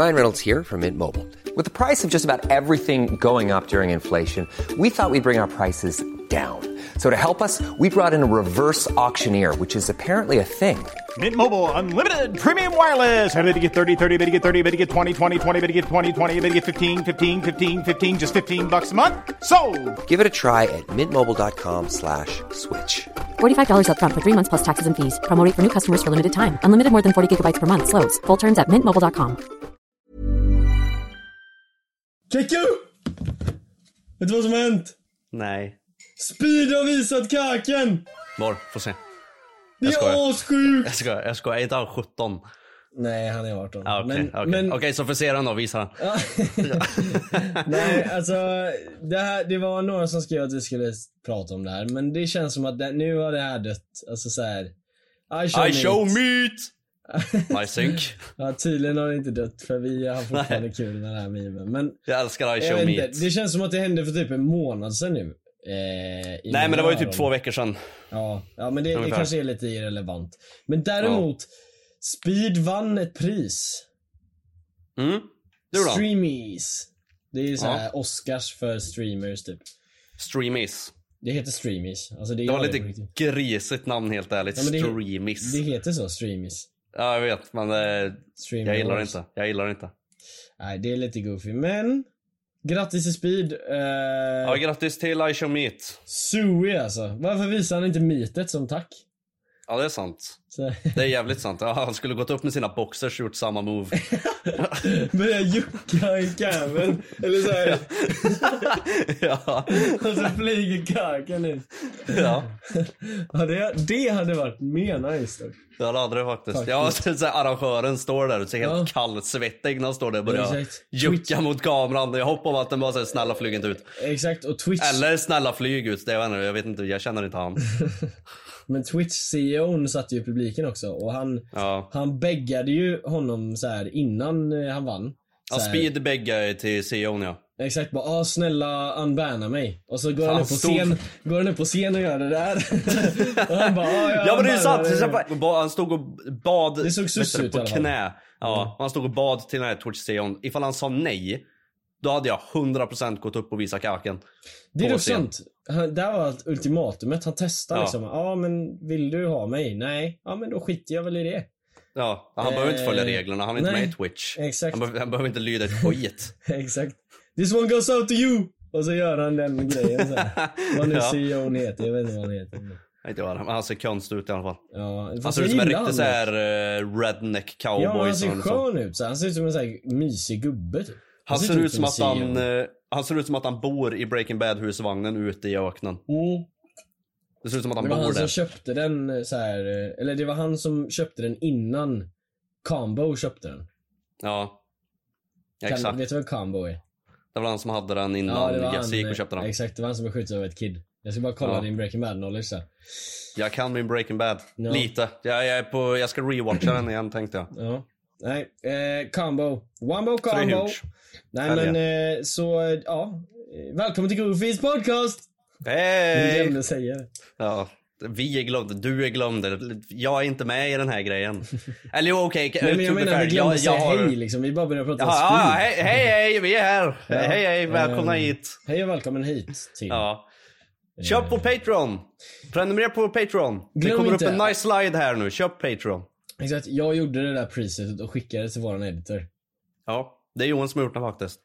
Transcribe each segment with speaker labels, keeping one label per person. Speaker 1: Ryan Reynolds here from Mint Mobile. With the price of just about everything going up during inflation, we thought we'd bring our prices down. So to help us, we brought in a reverse auctioneer, which is apparently a thing.
Speaker 2: Mint Mobile unlimited premium wireless. Ready to get 30, 30, bit to get 30, bit to get 20, 20, 20, bit to get 20, 20, bit to get 15, 15, 15, 15 just 15 bucks a month. So,
Speaker 1: Give it a try at mintmobile.com slash switch.
Speaker 3: $45 upfront for three months plus taxes and fees. Promo rate for new customers for limited time. Unlimited more than 40 gigabytes per month. Slows. Full terms at mintmobile.com.
Speaker 4: Kicka upp! Vet du vad som har hänt?
Speaker 5: Nej.
Speaker 4: Speed har visat kaken!
Speaker 5: Var? Får se.
Speaker 4: Det
Speaker 5: Jag skojar.
Speaker 4: är
Speaker 5: Jag
Speaker 4: assjukt!
Speaker 5: skojar, jag skojar. Är inte han 17?
Speaker 4: Nej, han är 18.
Speaker 5: Ah, Okej,
Speaker 4: men,
Speaker 5: okej.
Speaker 4: men
Speaker 5: Okej, så får se den då. Visa den.
Speaker 4: nej, alltså. Det, här, det var några som skrev att vi skulle prata om det här, men det känns som att det, nu har det här dött. Alltså så här. I show,
Speaker 5: I
Speaker 4: meat.
Speaker 5: show meat! My sync.
Speaker 4: Ja, tydligen har det inte dött för vi har fortfarande kul med den här memen. Men
Speaker 5: Jag älskar I
Speaker 4: jag
Speaker 5: show
Speaker 4: vet
Speaker 5: meat.
Speaker 4: inte, det känns som att det hände för typ en månad sedan nu. Eh,
Speaker 5: Nej men det var ju typ
Speaker 4: innan-
Speaker 5: två veckor sedan.
Speaker 4: Ja, ja men det, det
Speaker 5: Ungefär.
Speaker 4: kanske är lite irrelevant. Men däremot, Speed vann ett pris.
Speaker 5: Mm. Det gjorde han.
Speaker 4: Streamies. Det är ju såhär Oscars för streamers typ.
Speaker 5: Streamis.
Speaker 4: Det heter streamies. Alltså det,
Speaker 5: Det var
Speaker 4: gör
Speaker 5: lite
Speaker 4: på riktigt.
Speaker 5: grisigt namn helt ärligt.
Speaker 4: Ja, men det-
Speaker 5: Streamis.
Speaker 4: Det heter så, streamies.
Speaker 5: Ja jag vet men eh,
Speaker 4: Stream Eh.
Speaker 5: jag gillar det
Speaker 4: Awards.
Speaker 5: inte. Jag gillar det inte.
Speaker 4: Nej, det är lite goofy. Men, grattis till Speed.
Speaker 5: Ja,
Speaker 4: Uh,
Speaker 5: grattis till I show meat.
Speaker 4: Sui alltså. Varför visar han inte mitet som tack?
Speaker 5: Ja det är sant.
Speaker 4: Så,
Speaker 5: Det är jävligt sant. Ja, han skulle gått upp med sina boxers och gjort samma move.
Speaker 4: börjar jucka i käven. Eller såhär,
Speaker 5: ja.
Speaker 4: och så flyger kakan ut.
Speaker 5: ja.
Speaker 4: Ja, det, det hade varit mer nice dock.
Speaker 5: Det hade det faktiskt.
Speaker 4: Faktiskt.
Speaker 5: Ja, så så här, arrangören står där och ser helt
Speaker 4: Ja.
Speaker 5: kallsvettig när han står där och börjar
Speaker 4: Exakt.
Speaker 5: jucka mot kameran. Jag hoppar om att den bara säger snälla flyg inte ut.
Speaker 4: Exakt, och Twitch.
Speaker 5: Eller snälla flyg ut. Det, jag, vet inte, jag vet inte, jag känner inte han.
Speaker 4: Men Twitch-CEOn satt ju i publiken också och han,
Speaker 5: Ja.
Speaker 4: han beggade ju honom så här innan eh, han vann.
Speaker 5: Ja,
Speaker 4: Så här,
Speaker 5: speed beggar till Sion ja.
Speaker 4: Exakt, bara ah, snälla unbanna mig. Och så går
Speaker 5: Fan,
Speaker 4: han, upp på
Speaker 5: stor-
Speaker 4: scen, går han upp på scen och gör det där. och han bara, ah, jag
Speaker 5: Ja men det är
Speaker 4: unbannar
Speaker 5: ju sant!
Speaker 4: dig."
Speaker 5: Så jag bara- Han stod och bad
Speaker 4: Det såg sus
Speaker 5: vet du,
Speaker 4: ut i
Speaker 5: på
Speaker 4: alla fall. Mm.
Speaker 5: knä. Ja, han stod och bad till den här Twitch-Sion. Ifall han sa nej, då hade jag 100% gått upp och visat kaken.
Speaker 4: Det är
Speaker 5: på
Speaker 4: dock
Speaker 5: scen.
Speaker 4: sant. Han, där var allt ultimatumet. Han testade
Speaker 5: Ja.
Speaker 4: liksom. Ja ah, men vill du ha mig? Nej. Ja ah, men då skiter jag väl i det.
Speaker 5: Ja, han behöver inte följa
Speaker 4: Eh,
Speaker 5: reglerna. Han är inte
Speaker 4: nej.
Speaker 5: med i Twitch.
Speaker 4: Exakt.
Speaker 5: Han, behöver, han behöver inte lyda ett skit.
Speaker 4: Exakt. This one goes out to you! Och så gör han den grejen så här. Vad nu
Speaker 5: Ja.
Speaker 4: CEOn heter, jag vet inte vad han heter.
Speaker 5: inte jag, men han ser konstig ut i alla fall.
Speaker 4: Ja,
Speaker 5: Han
Speaker 4: fast
Speaker 5: ser
Speaker 4: jag
Speaker 5: ut som en
Speaker 4: gillar
Speaker 5: riktig
Speaker 4: honom.
Speaker 5: såhär eh, redneck cowboy.
Speaker 4: Ja, men han ser
Speaker 5: som- som-
Speaker 4: skön ut. Så här. han ser ut som en så här mysig gubbe typ.
Speaker 5: han ser ut som
Speaker 4: en
Speaker 5: att han,
Speaker 4: CEO.
Speaker 5: eh, han ser ut som att han bor i Breaking Bad husvagnen ute i öknen.
Speaker 4: Mm.
Speaker 5: Det ser ut som att han
Speaker 4: Det var
Speaker 5: bor
Speaker 4: han som
Speaker 5: där.
Speaker 4: köpte den eh, så här, eh, eller det var han som köpte den innan Combo köpte den.
Speaker 5: Ja.
Speaker 4: Kan,
Speaker 5: Exakt.
Speaker 4: vet du vad Combo är?
Speaker 5: Det var han som hade den innan Jesse gick och köpte
Speaker 4: eh,
Speaker 5: den.
Speaker 4: Exakt, det var han som blev skjuten av ett kid. Jag ska bara kolla
Speaker 5: Ja.
Speaker 4: din Breaking Bad knowledge så här.
Speaker 5: Jag kan min Breaking Bad.
Speaker 4: Ja.
Speaker 5: Lite. Jag, jag, är på, jag ska rewatcha den igen tänkte jag.
Speaker 4: Ja. Nej, eh, combo. Wombo
Speaker 5: Så det är
Speaker 4: combo.
Speaker 5: huge.
Speaker 4: Nej
Speaker 5: Här är
Speaker 4: men eh, så, eh, ja. Eh, Välkommen till Goofies podcast! Jag
Speaker 5: Hej!
Speaker 4: glömde säga det.
Speaker 5: Ja. Vi är glömda, du är glömd. Jag är inte med i den här grejen. Eller jo okej.
Speaker 4: Nej, men jag
Speaker 5: to be
Speaker 4: menar
Speaker 5: fair,
Speaker 4: vi glömde
Speaker 5: jag-
Speaker 4: säga
Speaker 5: jag har-
Speaker 4: hej liksom. Vi bara började prata
Speaker 5: Ja,
Speaker 4: om
Speaker 5: ja,
Speaker 4: speed.
Speaker 5: hej, hej, hej, vi är här. hej, hej, välkomna
Speaker 4: ehm,
Speaker 5: hit.
Speaker 4: Hej och välkommen hit till.
Speaker 5: Ja. Köp på Patreon. Prenumerera på Patreon. Det
Speaker 4: Glöm
Speaker 5: kommer
Speaker 4: inte-
Speaker 5: upp en nice slide här nu. Köp Patreon.
Speaker 4: Exakt, jag gjorde det där priset och skickade till våran editor.
Speaker 5: Ja, det är Johan som har gjort den faktiskt.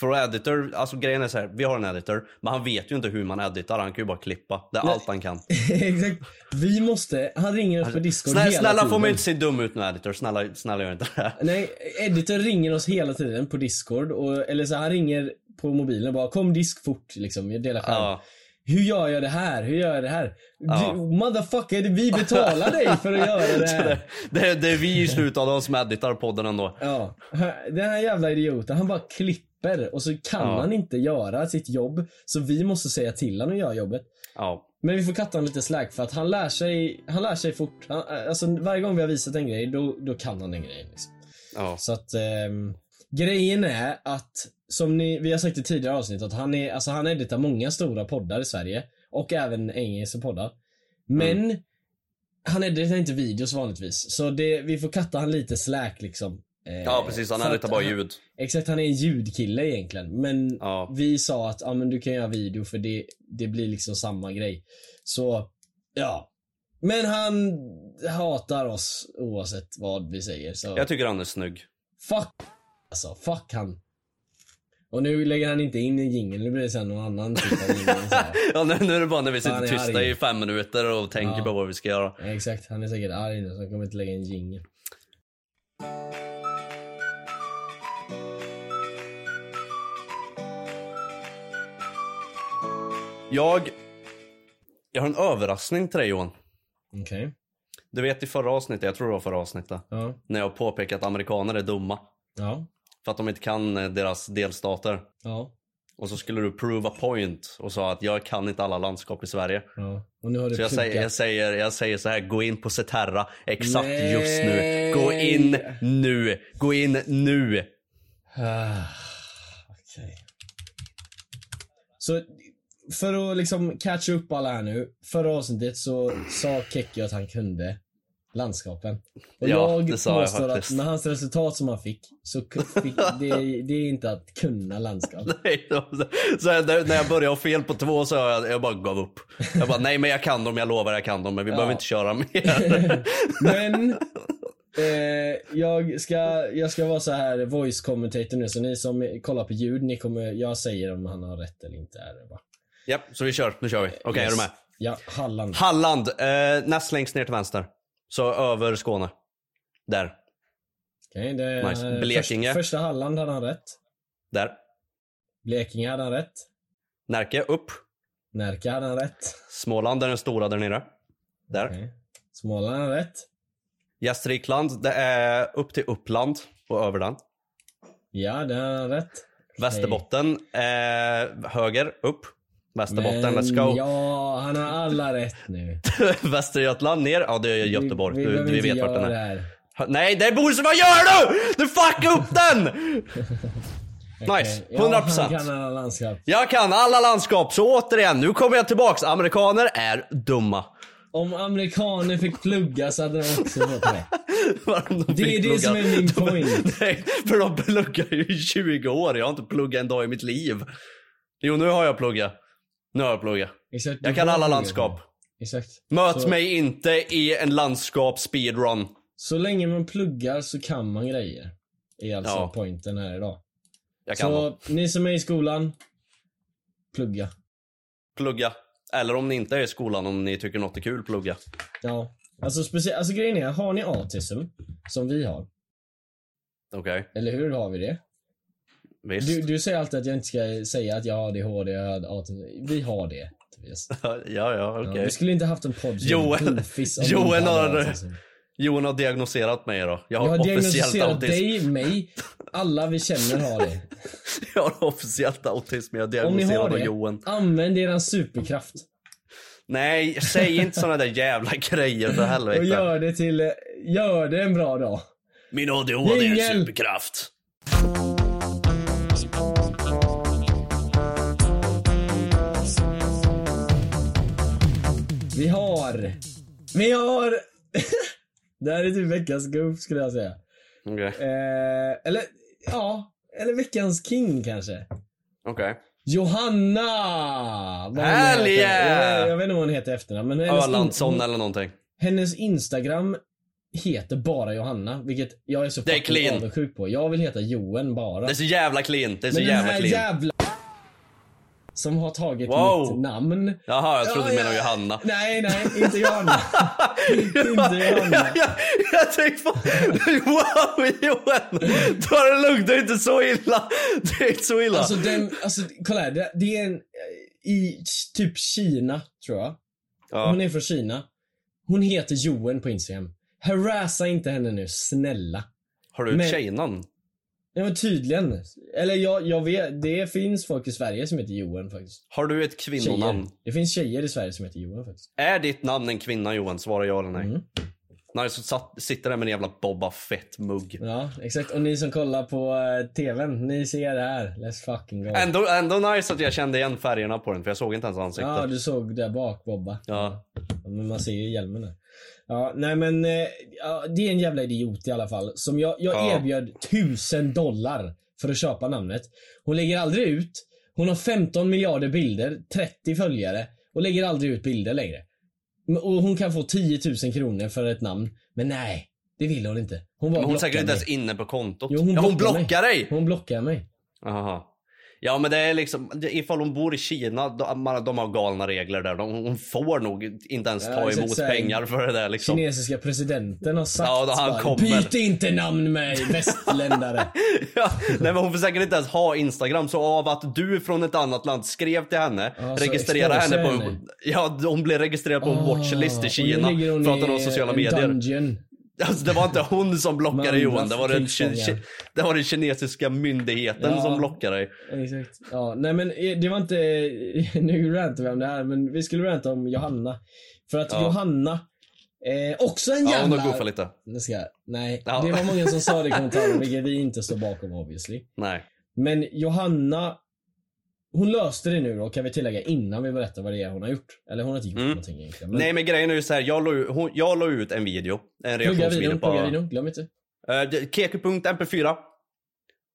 Speaker 5: För editor, alltså grejen är så här, vi har en editor, men han vet ju inte hur man editar, han kan ju bara klippa. Det är allt han kan.
Speaker 4: Exakt. Vi måste, han ringer oss på Discord
Speaker 5: Alltså, Snälla,
Speaker 4: hela
Speaker 5: snälla
Speaker 4: tiden.
Speaker 5: får mig inte se dum ut nu editor, snälla, snälla gör inte det.
Speaker 4: Nej, editor ringer oss hela tiden på Discord. Och, eller så han ringer på mobilen och bara kom disk fort liksom, jag delar skärm.
Speaker 5: Ja.
Speaker 4: Hur gör jag det här? Hur gör jag det här?
Speaker 5: Ja.
Speaker 4: Du, motherfucker, vi betalar dig för att göra det
Speaker 5: Så
Speaker 4: här.
Speaker 5: det, det, det är vi i slutet av de som editar podden ändå.
Speaker 4: Ja. Den här jävla idioten, han bara klipper och så kan
Speaker 5: Ja.
Speaker 4: han inte göra sitt jobb. Så vi måste säga till honom att göra jobbet.
Speaker 5: Ja.
Speaker 4: Men vi får katta honom lite slack för att han lär sig, han lär sig fort. Han, alltså varje gång vi har visat en grej, då, då kan han den grejen. Liksom.
Speaker 5: Ja.
Speaker 4: Så att ehm, grejen är att, som ni, vi har sagt i tidigare avsnitt, att han, är, alltså, han editar många stora poddar i Sverige. Och även engelska poddar. Men
Speaker 5: Mm.
Speaker 4: han editar inte videos vanligtvis. Så det, vi får katta han lite slack liksom. Eh,
Speaker 5: ja, precis. Han
Speaker 4: för att
Speaker 5: editar bara ljud.
Speaker 4: Exakt, han är en ljudkille egentligen. Men
Speaker 5: Ja.
Speaker 4: vi sa att ah, men du kan göra video för det, det blir liksom samma grej. Så, ja. Men han hatar oss oavsett vad vi säger. Så
Speaker 5: Jag tycker han är snygg.
Speaker 4: fuck alltså, fuck han. Och nu lägger han inte in en jingel, nu blir det sen någon annan typ av jingel. så här.
Speaker 5: Ja, nu, nu är det bara när vi sitter
Speaker 4: Han är
Speaker 5: tysta
Speaker 4: arg.
Speaker 5: i fem minuter och tänker på vad vi ska göra.
Speaker 4: Ja, Exakt, han är säkert arg nu så han kommer inte lägga in jingel.
Speaker 5: Jag, jag har en överraskning till dig Johan.
Speaker 4: Okej.
Speaker 5: Du vet i förra avsnittet, jag tror det var förra avsnittet,
Speaker 4: Ja.
Speaker 5: när jag påpekade att amerikaner är dumma.
Speaker 4: Ja.
Speaker 5: För att de inte kan eh, deras delstater.
Speaker 4: Ja.
Speaker 5: Och så skulle du prova point och sa att jag kan inte alla landskap i Sverige.
Speaker 4: Ja. Och nu har du
Speaker 5: Så jag säger, jag, säger, jag säger så här, gå in på Seterra exakt
Speaker 4: Nej.
Speaker 5: just nu. Gå in nu. Gå in nu.
Speaker 4: Ah, Okej. Så för att liksom catcha upp alla här nu. Förra avsnittet så sa Kekki att han kunde landskapen. Och
Speaker 5: Ja,
Speaker 4: jag
Speaker 5: det sa jag
Speaker 4: påstår att
Speaker 5: faktiskt.
Speaker 4: med hans resultat som han fick, så ku- fick det, det är inte att kunna landskap.
Speaker 5: Nej, då- så här, när när jag började ha fel på två så jag, jag bara gav upp. Jag bara, nej men jag kan dem, jag lovar jag kan dem, men vi behöver inte köra mer.
Speaker 4: Men eh, jag, ska, jag ska vara så här voice commentator nu, så ni som kollar på ljud, ni kommer, jag säger om han har rätt eller inte. Är det bara.
Speaker 5: Japp, så vi kör. Nu kör vi. Okej, är du med?
Speaker 4: Ja, Halland.
Speaker 5: Halland, eh, näst längst ner till vänster. Så över Skåne. Där.
Speaker 4: Okej, det är
Speaker 5: Nice. Blekinge.
Speaker 4: Först, första Halland hade han rätt.
Speaker 5: Där.
Speaker 4: Blekinge hade han rätt.
Speaker 5: Närke, upp.
Speaker 4: Närke hade han rätt.
Speaker 5: Småland är den stora där nere. Där.
Speaker 4: Okej. Småland hade han rätt.
Speaker 5: Gästrikland, det är upp till Uppland och över den.
Speaker 4: Ja, det hade han rätt.
Speaker 5: Västerbotten, eh, höger, upp. Västerbotten,
Speaker 4: Men
Speaker 5: let's go.
Speaker 4: Ja, han har alla rätt nu.
Speaker 5: Västergötland ner, ja det är Göteborg.
Speaker 4: Vi, vi,
Speaker 5: du,
Speaker 4: behöver inte
Speaker 5: vi vet vart
Speaker 4: göra
Speaker 5: den
Speaker 4: det
Speaker 5: är.
Speaker 4: här.
Speaker 5: Nej, det är Bohuslän, vad gör du? Du fuckar upp den! Nice,
Speaker 4: Okej.
Speaker 5: 100%.
Speaker 4: Eh, Ja, han kan alla landskap.
Speaker 5: Jag kan alla landskap, så återigen, nu kommer jag tillbaks. Amerikaner är dumma.
Speaker 4: Om amerikaner fick plugga så hade de också fått rätt.
Speaker 5: Vad de
Speaker 4: Det är
Speaker 5: fick
Speaker 4: det som är min point.
Speaker 5: Nej, för de pluggar ju i 20 år. Jag har inte pluggat en dag i mitt liv. Jo, nu har jag pluggat. Nu har jag pluggat.
Speaker 4: Exakt, du
Speaker 5: Jag kan
Speaker 4: har
Speaker 5: alla
Speaker 4: pluggat.
Speaker 5: landskap.
Speaker 4: Exakt.
Speaker 5: Möt
Speaker 4: Så-
Speaker 5: mig inte i en landskaps-speedrun.
Speaker 4: Så länge man pluggar så kan man grejer. Är alltså
Speaker 5: Ja.
Speaker 4: pointen här idag.
Speaker 5: Jag kan
Speaker 4: Så
Speaker 5: dem.
Speaker 4: ni som är i skolan, plugga.
Speaker 5: plugga. Eller om ni inte är i skolan, om ni tycker något är kul, plugga.
Speaker 4: Ja. Alltså, specie- alltså grejen är, har ni autism, som vi har,
Speaker 5: Okej,
Speaker 4: eller hur har vi det?
Speaker 5: visst.
Speaker 4: Du, du säger alltid att jag inte ska säga att jag har ADHD, jag har autism. Vi har det. Tobias.
Speaker 5: ja, ja, okej.
Speaker 4: Ja, vi skulle inte haft en podd som
Speaker 5: Joel-
Speaker 4: Bluefish om vi
Speaker 5: Joel
Speaker 4: inte hade
Speaker 5: har-
Speaker 4: autism.
Speaker 5: Johan har diagnoserat mig då. Jag har,
Speaker 4: Jag har
Speaker 5: officiellt
Speaker 4: diagnostiserat
Speaker 5: autism.
Speaker 4: dig, mig, alla vi känner har det.
Speaker 5: Jag har officiellt autism, jag har
Speaker 4: Om ni har
Speaker 5: diagnoserat av
Speaker 4: det,
Speaker 5: Johan.
Speaker 4: använd eran superkraft.
Speaker 5: Nej, säg inte såna där jävla grejer för
Speaker 4: Och
Speaker 5: helvete.
Speaker 4: gör det till, eh, gör det en bra dag.
Speaker 5: Min ADHD är
Speaker 4: Jingel!
Speaker 5: en superkraft.
Speaker 4: Vi har... Vi har... det här är typ veckans goof skulle jag säga.
Speaker 5: Okej.
Speaker 4: Eh, eller, ja. Eller veckans king kanske.
Speaker 5: Okej.
Speaker 4: Johanna! vad hon
Speaker 5: Hell
Speaker 4: heter.
Speaker 5: yeah!
Speaker 4: Jag, jag vet inte vad hon heter i efternamn men hennes,
Speaker 5: Ölandsson eller någonting.
Speaker 4: hennes Instagram heter bara Johanna, vilket jag är så
Speaker 5: Det är
Speaker 4: fucking
Speaker 5: clean.
Speaker 4: avundsjuk på. Jag vill heta Joen bara.
Speaker 5: Det är så jävla clean. Det är så
Speaker 4: Men den
Speaker 5: jävla
Speaker 4: här
Speaker 5: clean.
Speaker 4: jävla som har tagit
Speaker 5: Wow.
Speaker 4: mitt namn.
Speaker 5: Jaha, jag trodde
Speaker 4: Ja,
Speaker 5: du menade
Speaker 4: ja.
Speaker 5: Johanna.
Speaker 4: Nej, nej, inte Johanna. inte Johanna.
Speaker 5: jag, jag tänkte på, wow Johan! Ta det lugnt, det är inte så illa. Det är inte så illa.
Speaker 4: Alltså den, alltså kolla här. Det, det är en, eh, i typ Kina, tror jag. Hon är från Kina. Hon heter Joen på Instagram. Harassa inte henne nu, snälla.
Speaker 5: Har du ett
Speaker 4: men-
Speaker 5: tjejnamn?
Speaker 4: Ja men tydligen. Eller jag, jag vet, det finns folk i Sverige som heter Joen faktiskt.
Speaker 5: Har du ett kvinnonamn?
Speaker 4: Tjejer. Det finns tjejer i Sverige som heter Joen faktiskt.
Speaker 5: Är ditt namn en kvinna Johan? Svara ja eller nej.
Speaker 4: Mm.
Speaker 5: Nej, så satt, sitter där med en jävla Boba Fett-mugg.
Speaker 4: Ja, exakt. Och ni som kollar på eh, TVn, ni ser det här. Let's fucking go.
Speaker 5: Ändå, ändå nice att jag kände igen färgerna på den, för jag såg inte ens ansiktet.
Speaker 4: Ja, du såg där bak Bobba.
Speaker 5: Ja.
Speaker 4: Ja, Men man ser ju hjälmen där. Ja, nej men eh, ja, det är en jävla idiot i alla fall. Som jag, jag
Speaker 5: Ja.
Speaker 4: erbjöd tusen dollar för att köpa namnet. Hon lägger aldrig ut. Hon har 15 miljarder bilder, 30 följare och lägger aldrig ut bilder längre. Men- Och hon kan få 10 000 kronor för ett namn. Men nej, det vill hon inte. Hon bara
Speaker 5: Men hon är
Speaker 4: blockar
Speaker 5: säkert inte
Speaker 4: mig.
Speaker 5: ens inne på kontot.
Speaker 4: Jo,
Speaker 5: ja, hon
Speaker 4: mig.
Speaker 5: blockar dig!
Speaker 4: Hon blockar mig.
Speaker 5: Aha. Ja men det är liksom, det- ifall hon bor i Kina, de, man- de har galna regler där. De, hon får nog inte ens
Speaker 4: Ja,
Speaker 5: ta
Speaker 4: exakt
Speaker 5: emot
Speaker 4: så här.
Speaker 5: pengar för det där liksom.
Speaker 4: Kinesiska presidenten har sagt
Speaker 5: Ja, då han
Speaker 4: bara,
Speaker 5: kommer.
Speaker 4: Byt inte namn med västländare.
Speaker 5: Ja, nej men hon får säkert inte ens ha Instagram. Så av att du från ett annat land skrev till henne,
Speaker 4: Ja, så
Speaker 5: registrera
Speaker 4: exposar
Speaker 5: henne på...
Speaker 4: henne.
Speaker 5: Ja, hon blev registrerad på en watchlist
Speaker 4: Ah,
Speaker 5: i
Speaker 4: och
Speaker 5: Kina.
Speaker 4: nu ligger hon
Speaker 5: För att hon
Speaker 4: i
Speaker 5: har sociala
Speaker 4: en
Speaker 5: medier.
Speaker 4: Dungeon.
Speaker 5: Alltså, det var inte hon som blockade
Speaker 4: Man
Speaker 5: Johan. Det var, den,
Speaker 4: måste
Speaker 5: ki-
Speaker 4: kriga.
Speaker 5: ki- det var den kinesiska myndigheten
Speaker 4: Ja.
Speaker 5: som blockade dig.
Speaker 4: Exakt. Ja, nej men eh, det var inte, nu rantar vi om det här, men vi skulle ranta om Johanna. För att Johanna, eh, också en
Speaker 5: Ja, hon
Speaker 4: jävla...
Speaker 5: har goofat lite.
Speaker 4: Nu ska jag, nej,
Speaker 5: Ja.
Speaker 4: det var många som sa det i kommentaren, vilket vi inte står bakom obviously.
Speaker 5: Nej.
Speaker 4: Men Johanna, hon löste det nu då, kan vi tillägga, innan vi berättar vad det är hon har gjort. Eller hon har inte gjort någonting egentligen. Men
Speaker 5: Mm. Nej men grejen är ju så här, jag la, ut- hon, jag la ut en video.
Speaker 4: plugga
Speaker 5: En reaktionsvideo
Speaker 4: videon,
Speaker 5: på...
Speaker 4: plugga videon, glöm inte.
Speaker 5: Eh, det- Keku.mp4.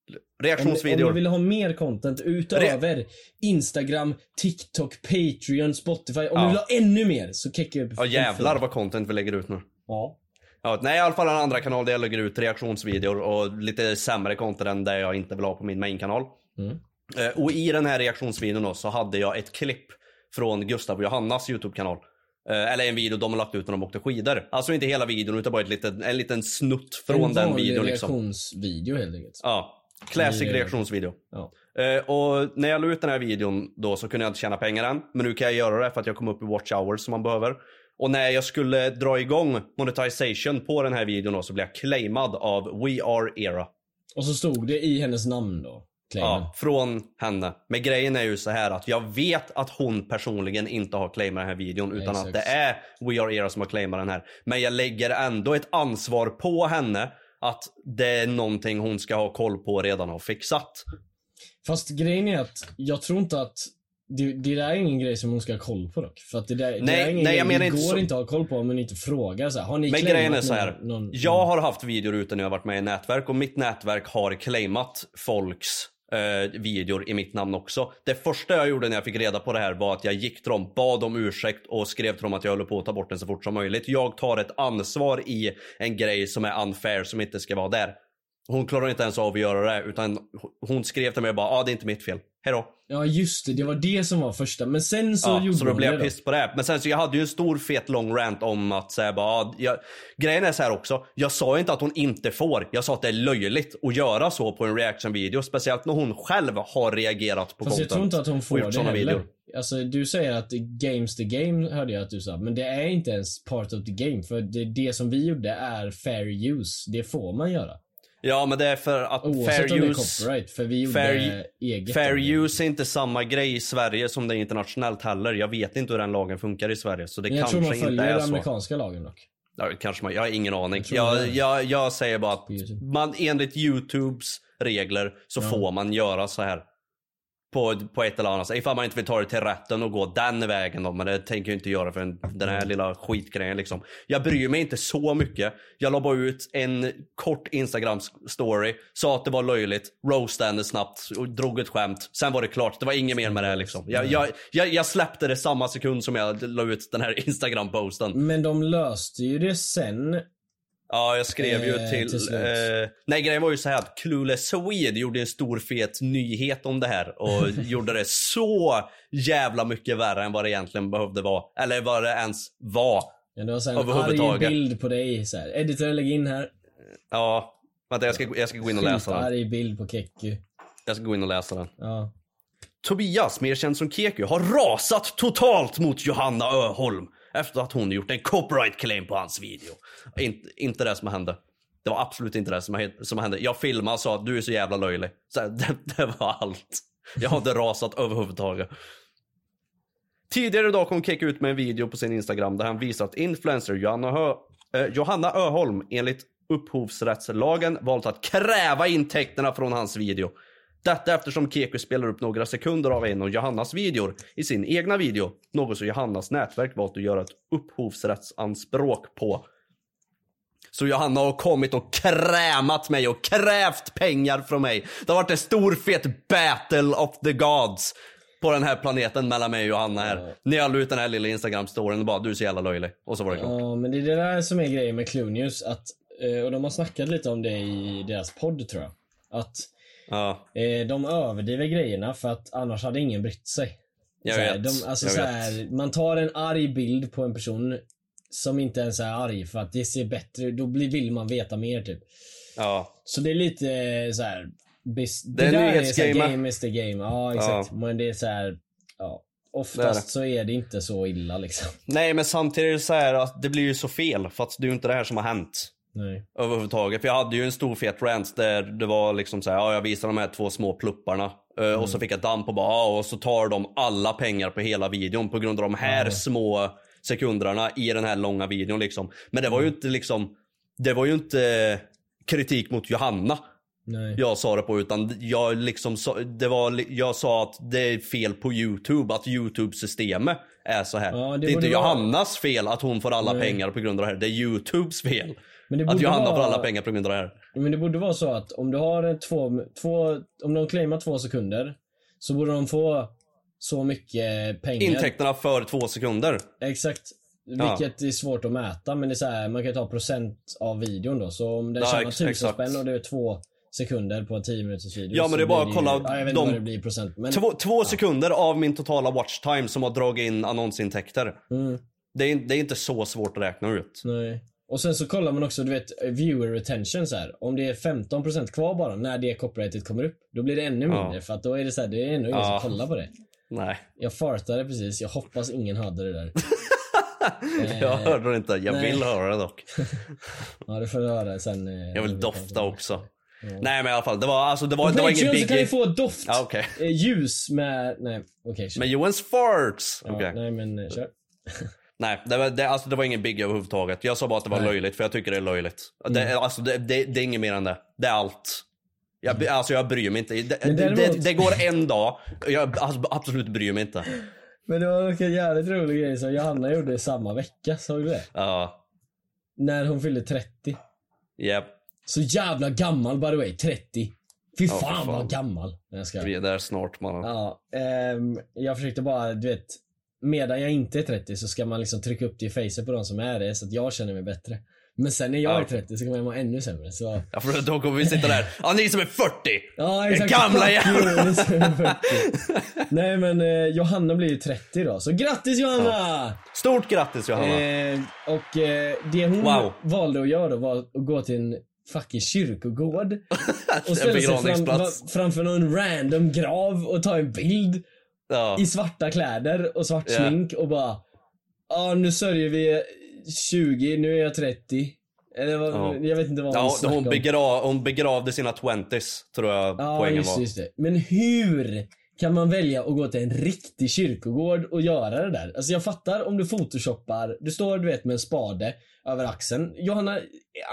Speaker 4: Om, om
Speaker 5: Reaktionsvideor.
Speaker 4: du vill ha mer content utöver Instagram, TikTok, Patreon, Spotify. Om du
Speaker 5: Ja.
Speaker 4: vill ha ännu mer så kicka upp.
Speaker 5: Ja jävlar vad content vi lägger ut nu.
Speaker 4: Ja.
Speaker 5: Ja, nej i alla fall en andra kanal där jag lägger ut reaktionsvideor och lite sämre content än det jag inte vill ha på min mainkanal.
Speaker 4: Mm.
Speaker 5: Eh, och i den här reaktionsvideon då, så hade jag ett klipp från Gustav och Johannas Youtube-kanal. Eh, eller en video de har lagt ut när de åkte skidor. Alltså inte hela videon utan bara ett litet, en liten snutt från
Speaker 4: en
Speaker 5: den
Speaker 4: vanlig
Speaker 5: videon. Liksom.
Speaker 4: reaktionsvideo helt enkelt.
Speaker 5: Ja, classic
Speaker 4: Mm.
Speaker 5: reaktionsvideo.
Speaker 4: Ja.
Speaker 5: Eh, och när jag la ut den här videon då så kunde jag inte tjäna pengar än. Men nu kan jag göra det för att jag kom upp i watch hours som man behöver. Och när jag skulle dra igång monetization på den här videon då så blev jag claimad av We Are Era.
Speaker 4: Och så stod det i hennes namn då. Claimen.
Speaker 5: Ja, från henne. Men grejen är ju så här att jag vet att hon personligen inte har claimat den här videon utan
Speaker 4: Exakt.
Speaker 5: att det är We Are Era som har claimat den här. Men jag lägger ändå ett ansvar på henne att det är någonting hon ska ha koll på och redan har fixat.
Speaker 4: Fast grejen är att jag tror inte att det, det där är ingen grej som hon ska ha koll på dock. För att det där, det
Speaker 5: Nej,
Speaker 4: där är ingen
Speaker 5: nej,
Speaker 4: grej
Speaker 5: jag menar
Speaker 4: det
Speaker 5: inte
Speaker 4: går
Speaker 5: så.
Speaker 4: inte att ha koll på om man inte frågar så här, Har ni
Speaker 5: Men
Speaker 4: claimat
Speaker 5: grejen är så
Speaker 4: någon-
Speaker 5: här.
Speaker 4: någon-
Speaker 5: jag har haft videor ute när jag har varit med i nätverk och mitt nätverk har claimat folks eh, videor i mitt namn också. Det första jag gjorde när jag fick reda på det här var att jag gick till dem, bad om ursäkt och skrev till dem att jag håller på att ta bort den så fort som möjligt. Jag tar ett ansvar i en grej som är unfair som inte ska vara där. Hon klarar inte ens av att göra det utan hon skrev till mig och bara ah, det är inte mitt fel. Hejdå.
Speaker 4: Ja just det, det var det som var första. Men sen så
Speaker 5: Ja,
Speaker 4: gjorde
Speaker 5: så då
Speaker 4: hon
Speaker 5: blev
Speaker 4: det
Speaker 5: jag pissed på det. här. Men sen så jag hade ju en stor fet lång rant om att säga bara, ah, jag, grejen är så här också. Jag sa ju inte att hon inte får. Jag sa att det är löjligt att göra så på en reaction video. Speciellt när hon själv har reagerat på
Speaker 4: Fast jag
Speaker 5: content.
Speaker 4: tror inte att hon får
Speaker 5: och gjort
Speaker 4: det
Speaker 5: såna
Speaker 4: heller. Alltså du säger att det- games the game hörde jag att du sa, men det är inte ens part of the game. För det, det som vi gjorde är fair use. Det får man göra.
Speaker 5: Ja men det är för att
Speaker 4: Oavsett
Speaker 5: fair
Speaker 4: om det är
Speaker 5: use.
Speaker 4: copyright, för vi gjorde
Speaker 5: fair-
Speaker 4: eget. av det.
Speaker 5: Fair use är inte samma grej i Sverige som det är internationellt heller. Jag vet inte hur den lagen funkar i Sverige så det
Speaker 4: Men jag
Speaker 5: kanske
Speaker 4: tror man
Speaker 5: inte
Speaker 4: följer
Speaker 5: är
Speaker 4: den
Speaker 5: så.
Speaker 4: amerikanska lagen dock.
Speaker 5: Ja, kanske man, jag har ingen aning.
Speaker 4: tror det
Speaker 5: Jag,
Speaker 4: är-
Speaker 5: jag, jag säger bara att
Speaker 4: På YouTube.
Speaker 5: man, enligt Youtubes regler så får man göra så här. På, på ett eller annat sätt. Ifall man inte vill ta det till rätten och gå den vägen då. Men det tänker jag inte göra för en, den
Speaker 4: Mm.
Speaker 5: här lilla skitgrejen liksom. Jag bryr mig inte så mycket. Jag la bara ut en kort Instagram story. Sa att det var löjligt. Roastade henne snabbt. Och drog ett skämt. Sen var det klart. Det var inget mer med det här, liksom. Jag, jag, jag, jag släppte det samma sekund som jag la ut den här Instagram posten.
Speaker 4: Men de löste ju det sen
Speaker 5: Ja, jag skrev ju
Speaker 4: Eh,
Speaker 5: till...
Speaker 4: till slut.
Speaker 5: eh, nej, grejen var ju så här att Clueless Swede gjorde en stor fet nyhet om det här och gjorde det så jävla mycket värre än vad det egentligen behövde vara. Eller vad det ens var.
Speaker 4: Ja, det var så här en arg
Speaker 5: Överhuvudtaget.
Speaker 4: bild på dig. Så här. Editor, lägg in här.
Speaker 5: Ja. Vänta, jag ska, jag ska gå in och läsa den.
Speaker 4: Skitarg bild på Keku.
Speaker 5: Jag ska gå in och läsa den.
Speaker 4: Ja.
Speaker 5: Tobias, mer känd som Keku, har rasat totalt mot Johanna Öholm efter att hon gjort en copyright claim på hans video. Inte, inte det som hände. Det var absolut inte det som, he- som hände. Jag filmade och sa att du är så jävla löjlig. Så här, det, det var allt. Jag har inte rasat överhuvudtaget. Tidigare idag kom Keku ut med en video på sin Instagram där han visar att influencer Johanna, Hö- eh, Johanna Öholm enligt upphovsrättslagen valt att kräva intäkterna från hans video. Detta eftersom Keku spelar upp några sekunder av en av Johannas videor i sin egna video. Något som Johannas nätverk valt att göra ett upphovsrättsanspråk på. Så Johanna har kommit och krämat mig och krävt pengar från mig. Det har varit en stor fet battle of the gods på den här planeten mellan mig och Johanna här. När jag la ut den här lilla Instagram-storyn och bara du är så jävla löjlig. Och så var det klart.
Speaker 4: ja, men det är det där som är grejen med Clunius. Att, eh, och de har snackat lite om det i deras podd tror jag. Att
Speaker 5: Ja,
Speaker 4: eh, de överdriver grejerna för att annars hade ingen brytt sig.
Speaker 5: jag
Speaker 4: Så här,
Speaker 5: vet.
Speaker 4: De, alltså,
Speaker 5: jag
Speaker 4: så
Speaker 5: vet.
Speaker 4: här, man tar en arg bild på en person som inte ens är arg för att det ser bättre Då blir, vill man veta mer typ.
Speaker 5: Ja.
Speaker 4: Så det är lite eh, så här. Bis, det,
Speaker 5: är
Speaker 4: där är så här,
Speaker 5: nyhetsgame.
Speaker 4: game is the game. Ja, exakt.
Speaker 5: Ja.
Speaker 4: Men det är så här, ja. Oftast
Speaker 5: Det är det.
Speaker 4: så är det inte så illa liksom.
Speaker 5: Nej men samtidigt är det så här att det blir ju så fel för att det är ju inte det här som har hänt.
Speaker 4: Nej.
Speaker 5: överhuvudtaget. För jag hade ju en stor fet rant där det var liksom så här, ja jag visar de här två små plupparna. Eh, Och så fick jag damp och bara, ja, och så tar de alla pengar på hela videon på grund av de här små sekunderna i den här långa videon liksom. Men det var ju inte liksom, det var ju inte eh, kritik mot Johanna
Speaker 4: Nej.
Speaker 5: jag sa det på utan jag liksom sa, det var, li- jag sa att det är fel på Youtube, att Youtube-systemet är så här.
Speaker 4: Ja, det
Speaker 5: det, är
Speaker 4: borde
Speaker 5: inte
Speaker 4: vara-
Speaker 5: Johannas fel att hon får alla
Speaker 4: Nej.
Speaker 5: pengar på grund av det här, det är Youtubes fel.
Speaker 4: Men det
Speaker 5: Att
Speaker 4: borde
Speaker 5: Johanna får
Speaker 4: vara-
Speaker 5: alla pengar på grund av det här.
Speaker 4: Men det borde vara så att om du har en två, två, om de claimar två sekunder så borde de få så mycket pengar.
Speaker 5: Intäkterna för två sekunder.
Speaker 4: Exakt.
Speaker 5: Ja.
Speaker 4: Vilket är svårt att mäta men det är så här, man kan ta procent av videon då. Så om den
Speaker 5: Ja,
Speaker 4: tjänar
Speaker 5: ex-
Speaker 4: tusen
Speaker 5: exakt.
Speaker 4: spänn och det är två sekunder på en 10 minuters video.
Speaker 5: Ja, men
Speaker 4: så
Speaker 5: det är bara
Speaker 4: blir
Speaker 5: att
Speaker 4: ju,
Speaker 5: kolla
Speaker 4: ja, jag vet
Speaker 5: de-
Speaker 4: inte vad det blir i procent. Men,
Speaker 5: Två, två sekunder av min totala watchtime som har dragit in annonsintäkter.
Speaker 4: Mm.
Speaker 5: Det, är, det är inte så svårt att räkna ut.
Speaker 4: nej. Och sen så kollar man också, du vet, viewer retention så här. Om det är 15% kvar bara när det copyrightet kommer upp. Då blir det ännu
Speaker 5: Ja.
Speaker 4: mindre för att då är det så här, det är ändå ingen
Speaker 5: Ja.
Speaker 4: som kollar på det.
Speaker 5: Nej,
Speaker 4: Jag fartade precis, jag hoppas ingen hörde det där.
Speaker 5: jag hörde det inte. Jag
Speaker 4: nej.
Speaker 5: vill höra det dock.
Speaker 4: Ja, det får du höra sen. eh,
Speaker 5: Jag
Speaker 4: när
Speaker 5: vill
Speaker 4: vi
Speaker 5: dofta
Speaker 4: pratar.
Speaker 5: också. Nej men i alla fall, det var, alltså, det var, det var
Speaker 4: Patreon
Speaker 5: ingen
Speaker 4: så kan ni
Speaker 5: biggie.
Speaker 4: få doft.
Speaker 5: Ja, okej.
Speaker 4: eh, Ljus med... Nej, okej. kör.
Speaker 5: Men Johans farts!
Speaker 4: ja,
Speaker 5: Okej.
Speaker 4: Nej, men eh, kör.
Speaker 5: Nej, det var, det, alltså, det var ingen big överhuvudtaget. Jag sa bara att det var löjligt, för jag tycker det är löjligt. Det,
Speaker 4: Mm.
Speaker 5: alltså, det, det, det är inget mer än det. Det är allt. Jag, bry- alltså jag bryr mig inte. Det,
Speaker 4: Mm. Men
Speaker 5: det, det,
Speaker 4: däremot-
Speaker 5: det går en dag. Jag alltså, absolut bryr mig inte.
Speaker 4: Men det var dock en jävligt rolig grej som Johanna gjorde samma vecka. Såg du det?
Speaker 5: Ja,
Speaker 4: När hon fyllde 30.
Speaker 5: japp.
Speaker 4: Så jävla gammal by the way. 30. Fy fan,
Speaker 5: fan.
Speaker 4: vad gammal. Nej, Jag ska.
Speaker 5: Vi är där snart mannen.
Speaker 4: Ja, ehm, jag försökte bara, du vet. Medan jag inte är 30 så ska man liksom trycka upp det i facet på de som är det så att jag känner mig bättre. Men sen när jag
Speaker 5: Ja.
Speaker 4: är 30 så kommer jag må ännu sämre. Så...
Speaker 5: Ja, för då kommer vi sitta där. Ja, ni som är 40!
Speaker 4: Ja,
Speaker 5: Er
Speaker 4: exakt.
Speaker 5: Gamla
Speaker 4: Fuck you,
Speaker 5: jävlar!
Speaker 4: det säger 40. Nej men eh, Johanna blir ju 30 då, så grattis Johanna!
Speaker 5: Stort grattis Johanna!
Speaker 4: Eh, och eh, det hon
Speaker 5: Wow.
Speaker 4: valde att göra då var att gå till en fucking kyrkogård. Och ställa sig fram,
Speaker 5: begravningsplats.
Speaker 4: va- framför någon random grav och ta en bild
Speaker 5: Ja.
Speaker 4: i svarta kläder och svart
Speaker 5: Ja.
Speaker 4: smink och bara Ja, nu sörjer vi 20, nu är jag 30. Eller vad,
Speaker 5: Ja.
Speaker 4: jag vet inte vad hon
Speaker 5: Ja,
Speaker 4: snackar
Speaker 5: hon,
Speaker 4: om.
Speaker 5: begra- hon begravde sina 20s, tror jag
Speaker 4: Ja,
Speaker 5: poängen
Speaker 4: just,
Speaker 5: var.
Speaker 4: det, just det. Men hur kan man välja att gå till en riktig kyrkogård och göra det där? Alltså jag fattar om du photoshoppar, du står du vet med en spade över axeln. Johanna,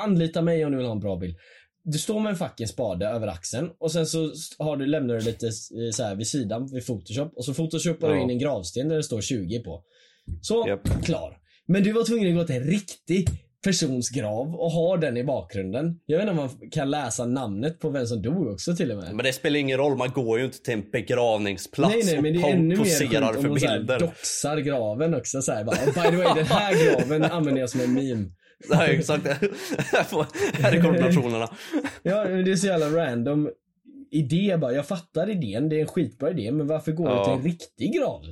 Speaker 4: anlita mig om du vill ha en bra bild. Du står med en fucking spade över axeln och sen så har du, lämnar du lite eh, så här vid sidan vid photoshop och så photoshoppar du
Speaker 5: Ja.
Speaker 4: in en gravsten där det står 20 på. Så,
Speaker 5: Japp.
Speaker 4: klar. Men du var tvungen att gå till en riktig persons grav och ha den i bakgrunden. Jag vet inte om man kan läsa namnet på vem som dog också till och med.
Speaker 5: Men det spelar ingen roll, man går ju inte till en begravningsplats
Speaker 4: nej nej men det
Speaker 5: och
Speaker 4: är
Speaker 5: po-
Speaker 4: ännu mer
Speaker 5: poserar
Speaker 4: sjukt om
Speaker 5: för
Speaker 4: hon så här
Speaker 5: bilder.
Speaker 4: "Oh, doxar graven också så här, bara, By the way den här graven använder jag som en meme.
Speaker 5: Ja, exakt. Här får- Här är kompilationerna.
Speaker 4: Ja, men det är så jävla random idé bara. Jag fattar idén, det är en skitbra idé, men varför går det
Speaker 5: Ja.
Speaker 4: till en riktig grav?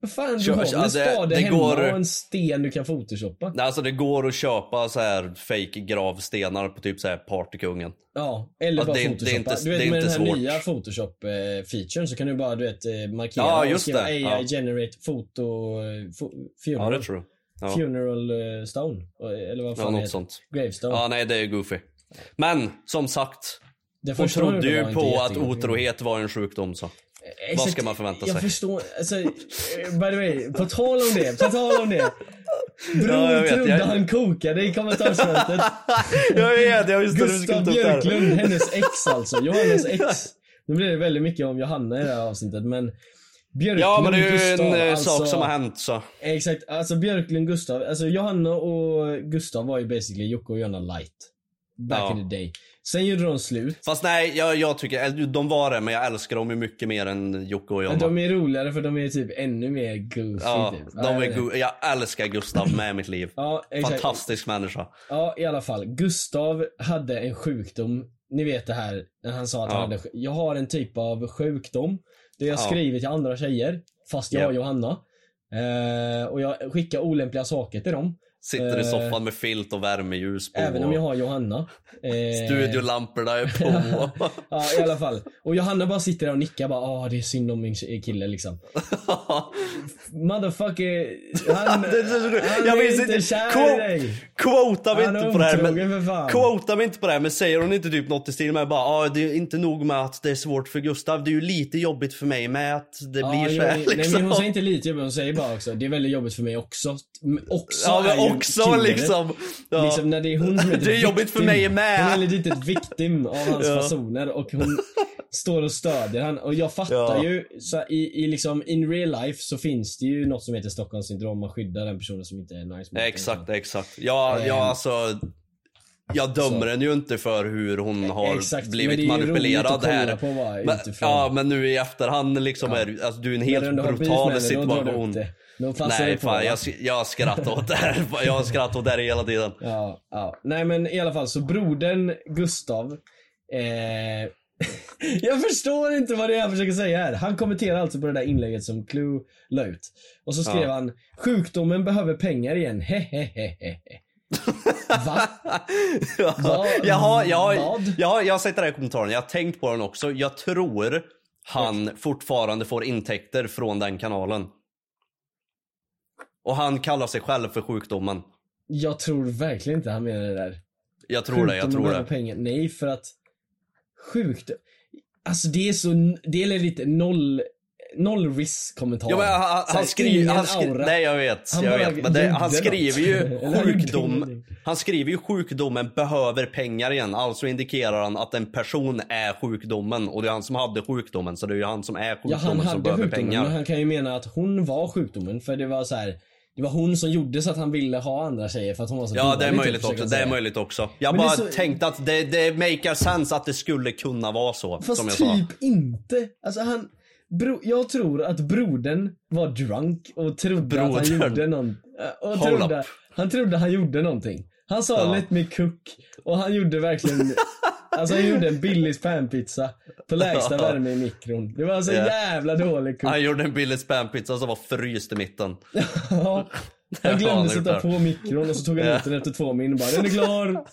Speaker 4: Vad Fan, du
Speaker 5: Kör-
Speaker 4: har väl en
Speaker 5: alltså,
Speaker 4: spade
Speaker 5: det
Speaker 4: hemma
Speaker 5: går-
Speaker 4: och en sten du kan photoshoppa?
Speaker 5: Nej, Alltså det går att köpa så här fake gravstenar på typ så här partykungen.
Speaker 4: Ja, eller
Speaker 5: Alltså,
Speaker 4: bara
Speaker 5: det är- det är
Speaker 4: photoshoppa.
Speaker 5: inte-
Speaker 4: du
Speaker 5: det
Speaker 4: vet
Speaker 5: är
Speaker 4: med
Speaker 5: inte
Speaker 4: den här
Speaker 5: svårt.
Speaker 4: nya photoshop-featuren så kan du bara du vet, eh, markera
Speaker 5: Ja,
Speaker 4: och
Speaker 5: just
Speaker 4: skriva
Speaker 5: det.
Speaker 4: AI
Speaker 5: Ja.
Speaker 4: generate photo eh, fo-
Speaker 5: Ja
Speaker 4: funeral,
Speaker 5: det tror jag. Ja,
Speaker 4: funeral eh, stone. eh, Eller vad fan
Speaker 5: ja
Speaker 4: det
Speaker 5: något
Speaker 4: heter.
Speaker 5: sånt.
Speaker 4: Gravestone.
Speaker 5: Ja nej det är goofy. Men som sagt.
Speaker 4: det
Speaker 5: Hon
Speaker 4: första hon
Speaker 5: trodde
Speaker 4: gjorde var
Speaker 5: ju på
Speaker 4: inte
Speaker 5: att
Speaker 4: jättegod.
Speaker 5: otrohet var en sjukdom så. Vad ska man förvänta sig?
Speaker 4: Eh, Jag förstår, alltså, eh, by the way, på tal om det, på tal om det. Bror
Speaker 5: Ja, jag vet,
Speaker 4: trodde
Speaker 5: jag-
Speaker 4: han kokade i kommentarsfältet.
Speaker 5: jag vet, jag visste
Speaker 4: Gustav Björklund, hennes ex alltså. Johannas ex. Nu blir det väldigt mycket om Johanna i det här avsnittet men Björklund,
Speaker 5: Ja men det är ju
Speaker 4: Gustav,
Speaker 5: en eh,
Speaker 4: alltså,
Speaker 5: sak som har hänt så.
Speaker 4: Exakt, alltså Björklund, Gustav, alltså Johanna och Gustav var ju basically Jocke och Jonna light. Back
Speaker 5: Ja.
Speaker 4: in the day. Sen gjorde de slut.
Speaker 5: Fast nej, jag, jag tycker, eller, de var det men jag älskar dem ju mycket mer än Jocke och Jonna.
Speaker 4: De är roligare för de är typ ännu mer goofy
Speaker 5: ja,
Speaker 4: typ.
Speaker 5: de
Speaker 4: jag
Speaker 5: är
Speaker 4: vet.
Speaker 5: go- jag älskar Gustav med mitt liv.
Speaker 4: Ja, exakt.
Speaker 5: Fantastisk människa.
Speaker 4: Ja, i alla fall. Gustav hade en sjukdom. Ni vet det här när han sa att han
Speaker 5: Ja.
Speaker 4: hade, sj- jag har en typ av sjukdom. Det jag
Speaker 5: Ja.
Speaker 4: skriver till andra tjejer, fast jag
Speaker 5: Ja.
Speaker 4: har Johanna. Eh, och jag skickar olämpliga saker till dem.
Speaker 5: Sitter i
Speaker 4: Eh,
Speaker 5: soffan med filt och värmeljus på.
Speaker 4: Även om jag har Johanna. Eh,
Speaker 5: Studiolamporna är på.
Speaker 4: Ja, i alla fall. Och Johanna bara sitter där och nickar bara ah det är synd om min tje- kille liksom. Motherfucker, han,
Speaker 5: Det är så-
Speaker 4: han
Speaker 5: jag
Speaker 4: är
Speaker 5: minns
Speaker 4: inte,
Speaker 5: inte.
Speaker 4: kär
Speaker 5: Quote-
Speaker 4: i dig.
Speaker 5: Quota mig
Speaker 4: Han är
Speaker 5: inte på det här
Speaker 4: otrogen,
Speaker 5: men...
Speaker 4: för fan.
Speaker 5: Quota mig inte på det här men säger hon inte typ något i stil med bara ah, det är inte nog med att det är svårt för Gustav, det är ju lite jobbigt för mig med att det blir
Speaker 4: jo,
Speaker 5: så här
Speaker 4: nej,
Speaker 5: liksom.
Speaker 4: men hon säger inte lite jobbigt, hon säger bara också det är väldigt jobbigt för mig också. Men Också
Speaker 5: ja
Speaker 4: är ju
Speaker 5: men också
Speaker 4: killret.
Speaker 5: liksom. Ja.
Speaker 4: Liksom när det är hon som är ett
Speaker 5: Det är jobbigt för mig med.
Speaker 4: Hon är lite ett victim av hans
Speaker 5: Ja.
Speaker 4: fasoner och hon står och stödjer han. Och jag fattar
Speaker 5: Ja.
Speaker 4: ju, så i, i liksom in real life så finns det ju något som heter Stockholmssyndrom. Man skyddar den personen som inte är nice mot en.
Speaker 5: Exakt, exakt. Ja,
Speaker 4: Ehm.
Speaker 5: ja alltså. Jag dömer henne ju inte för hur hon har
Speaker 4: E- Exakt, men det är
Speaker 5: blivit
Speaker 4: ju roligt att
Speaker 5: manipulerad
Speaker 4: kolla
Speaker 5: här.
Speaker 4: på vad
Speaker 5: men,
Speaker 4: utifrån.
Speaker 5: ja, men nu i efterhand liksom är du- alltså, du är i en
Speaker 4: När du
Speaker 5: helt
Speaker 4: ändå har beef
Speaker 5: brutal
Speaker 4: med henne, då drar du upp
Speaker 5: situation.
Speaker 4: det. Då passar
Speaker 5: Nej
Speaker 4: det på,
Speaker 5: fan,
Speaker 4: va?
Speaker 5: jag, jag skrattar åt det här. Jag har skrattat åt det här hela tiden.
Speaker 4: Ja, ja. Nej men i alla fall så brodern Gustav. Eh, jag förstår inte vad det är jag försöker säga här. Han kommenterar alltså på det där inlägget som Clue la ut. Och så skrev
Speaker 5: Ja.
Speaker 4: han Sjukdomen behöver pengar igen. Hehehehe. Va?
Speaker 5: Ja,
Speaker 4: Vad-
Speaker 5: jag, har, jag, har,
Speaker 4: vad?
Speaker 5: jag, har, jag har sett den här kommentaren, jag har tänkt på den också. Jag tror han fortfarande får intäkter från den kanalen. Och han kallar sig själv för sjukdomen.
Speaker 4: Jag tror verkligen inte han menar det där.
Speaker 5: Jag tror det, jag
Speaker 4: Sjukdomen
Speaker 5: tror
Speaker 4: behöver
Speaker 5: det.
Speaker 4: pengar. Nej, för att sjukdom... Alltså det är så... Det är lite noll... Noll risk-kommentar.
Speaker 5: Ja, men han, han,
Speaker 4: Så här,
Speaker 5: han skriver
Speaker 4: ingen
Speaker 5: han skri,
Speaker 4: aura.
Speaker 5: Nej jag vet,
Speaker 4: Han
Speaker 5: jag
Speaker 4: bara
Speaker 5: vet. Men det, han
Speaker 4: gjorde
Speaker 5: skriver ju
Speaker 4: något. Eller han gjorde
Speaker 5: sjukdom.
Speaker 4: ingenting.
Speaker 5: Han skriver ju sjukdomen behöver pengar igen. Alltså indikerar han att en person är sjukdomen och det är han som hade sjukdomen så det är ju han som är
Speaker 4: Ja, han
Speaker 5: sjukdomen som
Speaker 4: hade
Speaker 5: behöver
Speaker 4: sjukdomen, men
Speaker 5: pengar.
Speaker 4: han kan ju mena att hon var sjukdomen. För det var så här, det var hon som gjorde så att han ville ha andra tjejer för att hon var så
Speaker 5: Ja
Speaker 4: dålig,
Speaker 5: det är
Speaker 4: typ,
Speaker 5: möjligt
Speaker 4: försöker
Speaker 5: också,
Speaker 4: han
Speaker 5: det är
Speaker 4: säga.
Speaker 5: möjligt också. Jag
Speaker 4: Men det
Speaker 5: bara
Speaker 4: är så-
Speaker 5: tänkte att det, det maker sense att det skulle kunna vara så.
Speaker 4: Fast
Speaker 5: som jag sa.
Speaker 4: typ inte. Alltså han, bro, jag tror att brodern var drunk och trodde att han
Speaker 5: Brodern.
Speaker 4: gjorde någon, äh, och
Speaker 5: Hold
Speaker 4: trodde,
Speaker 5: up.
Speaker 4: Han trodde han gjorde någonting. Han sa
Speaker 5: Ja.
Speaker 4: let me cook och han gjorde verkligen Alltså han gjorde en Billys panpizza på lägsta värme i mikron. Det var så
Speaker 5: Ja.
Speaker 4: jävla dålig cook.
Speaker 5: Han gjorde en billig spampizza som var fryst i mitten.
Speaker 4: Ja. Han
Speaker 5: har han
Speaker 4: glömde sätta
Speaker 5: gjort där.
Speaker 4: på mikron och så tog han ut den efter två min och bara den är klar.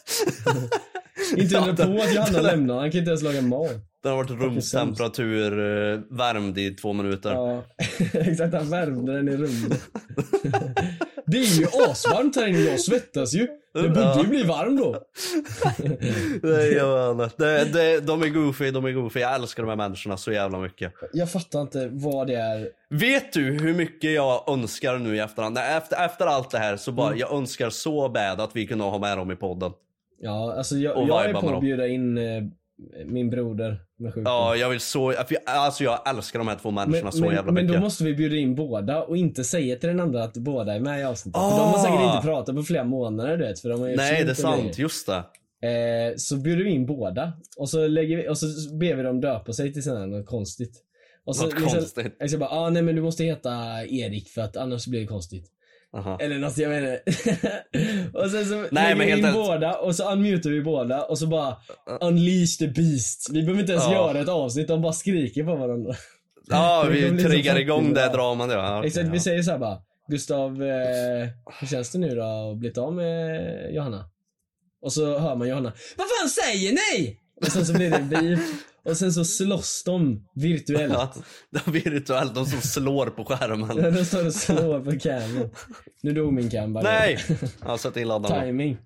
Speaker 4: inte
Speaker 5: Ja,
Speaker 4: undra
Speaker 5: den-
Speaker 4: på att Johanna
Speaker 5: den-
Speaker 4: lämnar, han kan inte ens laga mat.
Speaker 5: Den har varit rumstemperatur, eh, värmd i två minuter.
Speaker 4: Ja, exakt han värmde den i rummet. det är ju asvarmt här inne, jag svettas ju. Det borde ju bli varm då.
Speaker 5: Nej, jag vet inte. det, det, De är goofy, de är goofy. Jag älskar de här människorna så jävla mycket.
Speaker 4: Jag fattar inte vad det är.
Speaker 5: Vet du hur mycket jag önskar nu i efterhand? Nej, efter, efter allt det här så bara,
Speaker 4: Mm.
Speaker 5: jag önskar så bad att vi kunde ha med dem i podden.
Speaker 4: Ja, alltså jag,
Speaker 5: Och
Speaker 4: jag är
Speaker 5: vibar
Speaker 4: på
Speaker 5: med
Speaker 4: att
Speaker 5: dem.
Speaker 4: bjuda in eh, min broder med sjukdom.
Speaker 5: Ja, jag vill så, för jag- alltså jag älskar de här två människorna
Speaker 4: Men,
Speaker 5: så jävla
Speaker 4: men, men då
Speaker 5: mycket.
Speaker 4: måste vi bjuda in båda och inte säga till den andra att båda är med i avsnittet. För de har
Speaker 5: Ah!
Speaker 4: säkert inte pratat på flera månader du vet. För de har ju
Speaker 5: Nej,
Speaker 4: försvunnit
Speaker 5: det är
Speaker 4: och
Speaker 5: sant.
Speaker 4: grejer.
Speaker 5: Just det.
Speaker 4: Eh, så bjuder vi in båda och så, lägger vi, och så ber vi dem döpa sig till sådär, något konstigt. Och så,
Speaker 5: Något
Speaker 4: liksom-
Speaker 5: konstigt.
Speaker 4: Jag ska bara, ah, nej men du måste heta Erik för att annars blir det konstigt.
Speaker 5: Aha.
Speaker 4: Eller något, jag vet inte. och sen så
Speaker 5: men
Speaker 4: lägger vi
Speaker 5: helt
Speaker 4: in
Speaker 5: ärligt.
Speaker 4: båda och så unmutar vi båda och så bara unleash the beast. Vi behöver inte ens
Speaker 5: Ja.
Speaker 4: göra ett avsnitt, de bara skriker på varandra.
Speaker 5: Ja,
Speaker 4: Det
Speaker 5: vi
Speaker 4: blir
Speaker 5: triggar
Speaker 4: liksom
Speaker 5: igång det
Speaker 4: faktiskt, ja.
Speaker 5: dramat ja. Ja, okej,
Speaker 4: Exakt, vi
Speaker 5: ja.
Speaker 4: säger såhär bara. Gustav, eh, hur känns det nu då att ha blivit av med Johanna? Och så hör man Johanna. Vad fan säger ni? Och sen så blir det en beef. Och sen så slåss de virtuellt.
Speaker 5: Ja, de virtuellt, de som slår på
Speaker 4: Ja,
Speaker 5: skärmen.
Speaker 4: de står och slår på cammen. Nu dog min cam bara.
Speaker 5: Nej! Ja, sätt in laddarna.
Speaker 4: Timing.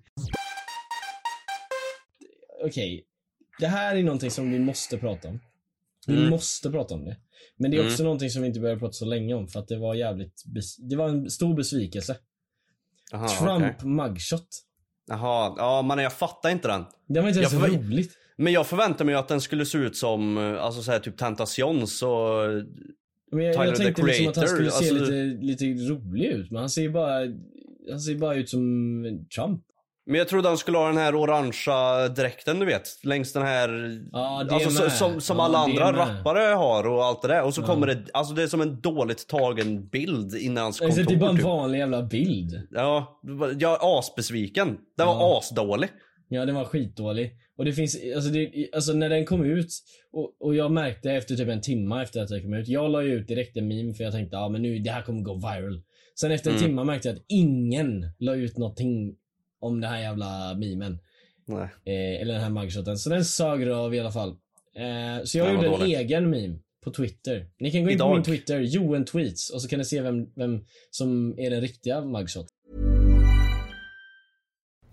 Speaker 4: Okej. Det här är någonting som vi måste prata om. Vi
Speaker 5: Mm.
Speaker 4: måste prata om det. Men det är också någonting som vi inte behöver prata så länge om för att det var jävligt... Bes- det var en stor besvikelse.
Speaker 5: Jaha,
Speaker 4: Trump
Speaker 5: Ah, okej.
Speaker 4: mugshot.
Speaker 5: Jaha, ja men jag fattar inte den.
Speaker 4: Det var inte ens
Speaker 5: Jag får-
Speaker 4: roligt.
Speaker 5: Men jag förväntade mig att den skulle se ut som, eh, alltså såhär typ Tentations och...
Speaker 4: Men jag,
Speaker 5: Tyler,
Speaker 4: jag
Speaker 5: the
Speaker 4: tänkte liksom att han skulle
Speaker 5: Creator,
Speaker 4: se
Speaker 5: alltså-
Speaker 4: lite, lite rolig ut men han ser ju bara... Han ser bara ut som Trump.
Speaker 5: Men jag trodde han skulle ha den här orangea dräkten du vet, längs den här...
Speaker 4: Ja, det
Speaker 5: alltså, så,
Speaker 4: med.
Speaker 5: som som
Speaker 4: Ja,
Speaker 5: alla
Speaker 4: det
Speaker 5: andra
Speaker 4: med.
Speaker 5: rappare har och allt det där. Och så kommer det, alltså det är som en dåligt tagen bild innan hans kontor.
Speaker 4: Alltså, det är bara en
Speaker 5: typ.
Speaker 4: vanlig jävla bild.
Speaker 5: Ja, jag är asbesviken. Den var asdålig.
Speaker 4: Ja, den var skitdålig. Och det finns, alltså, det, alltså när den kom ut och, och jag märkte efter typ en timme efter att den kom ut. Jag la ju ut direkt en meme för jag tänkte ah, men nu det här kommer gå viral. Sen efter en
Speaker 5: Mm.
Speaker 4: timme märkte jag att ingen la ut någonting om den här jävla memen.
Speaker 5: Nej.
Speaker 4: Eh, eller den här mugshoten. Så den sög röv i alla fall. Eh, så jag
Speaker 5: Den var
Speaker 4: gjorde en
Speaker 5: dålig.
Speaker 4: egen meme på Twitter. Ni kan gå in på
Speaker 5: Idag.
Speaker 4: min Twitter, Johan Tweets, och så kan ni se vem, vem som är den riktiga mugshot.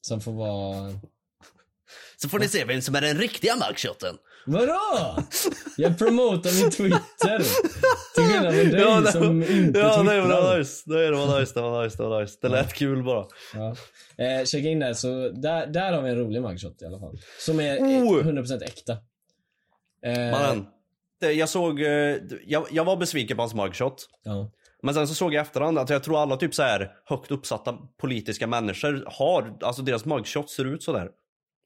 Speaker 4: Som får vara
Speaker 5: Så får ni se vem som är den riktiga mugshoten.
Speaker 4: Vadå? Jag promotar min Twitter. Till skillnad från dig som inte
Speaker 5: ja, nej, men det var
Speaker 4: twittrar.
Speaker 5: nice. Det var nice, det var nice, det var nice. Det lät kul bara.
Speaker 4: Ja. Eh, checka in där, så där, där har vi en rolig mugshot i alla fall. Som är
Speaker 5: Oh!
Speaker 4: 100% äkta. Eh,
Speaker 5: Mannen, det, jag såg, eh, jag, jag var besviken på hans mugshot.
Speaker 4: Ja.
Speaker 5: Men sen så såg jag i efterhand att jag tror alla typ så här högt uppsatta politiska människor har, alltså deras mugshots ser ut så där.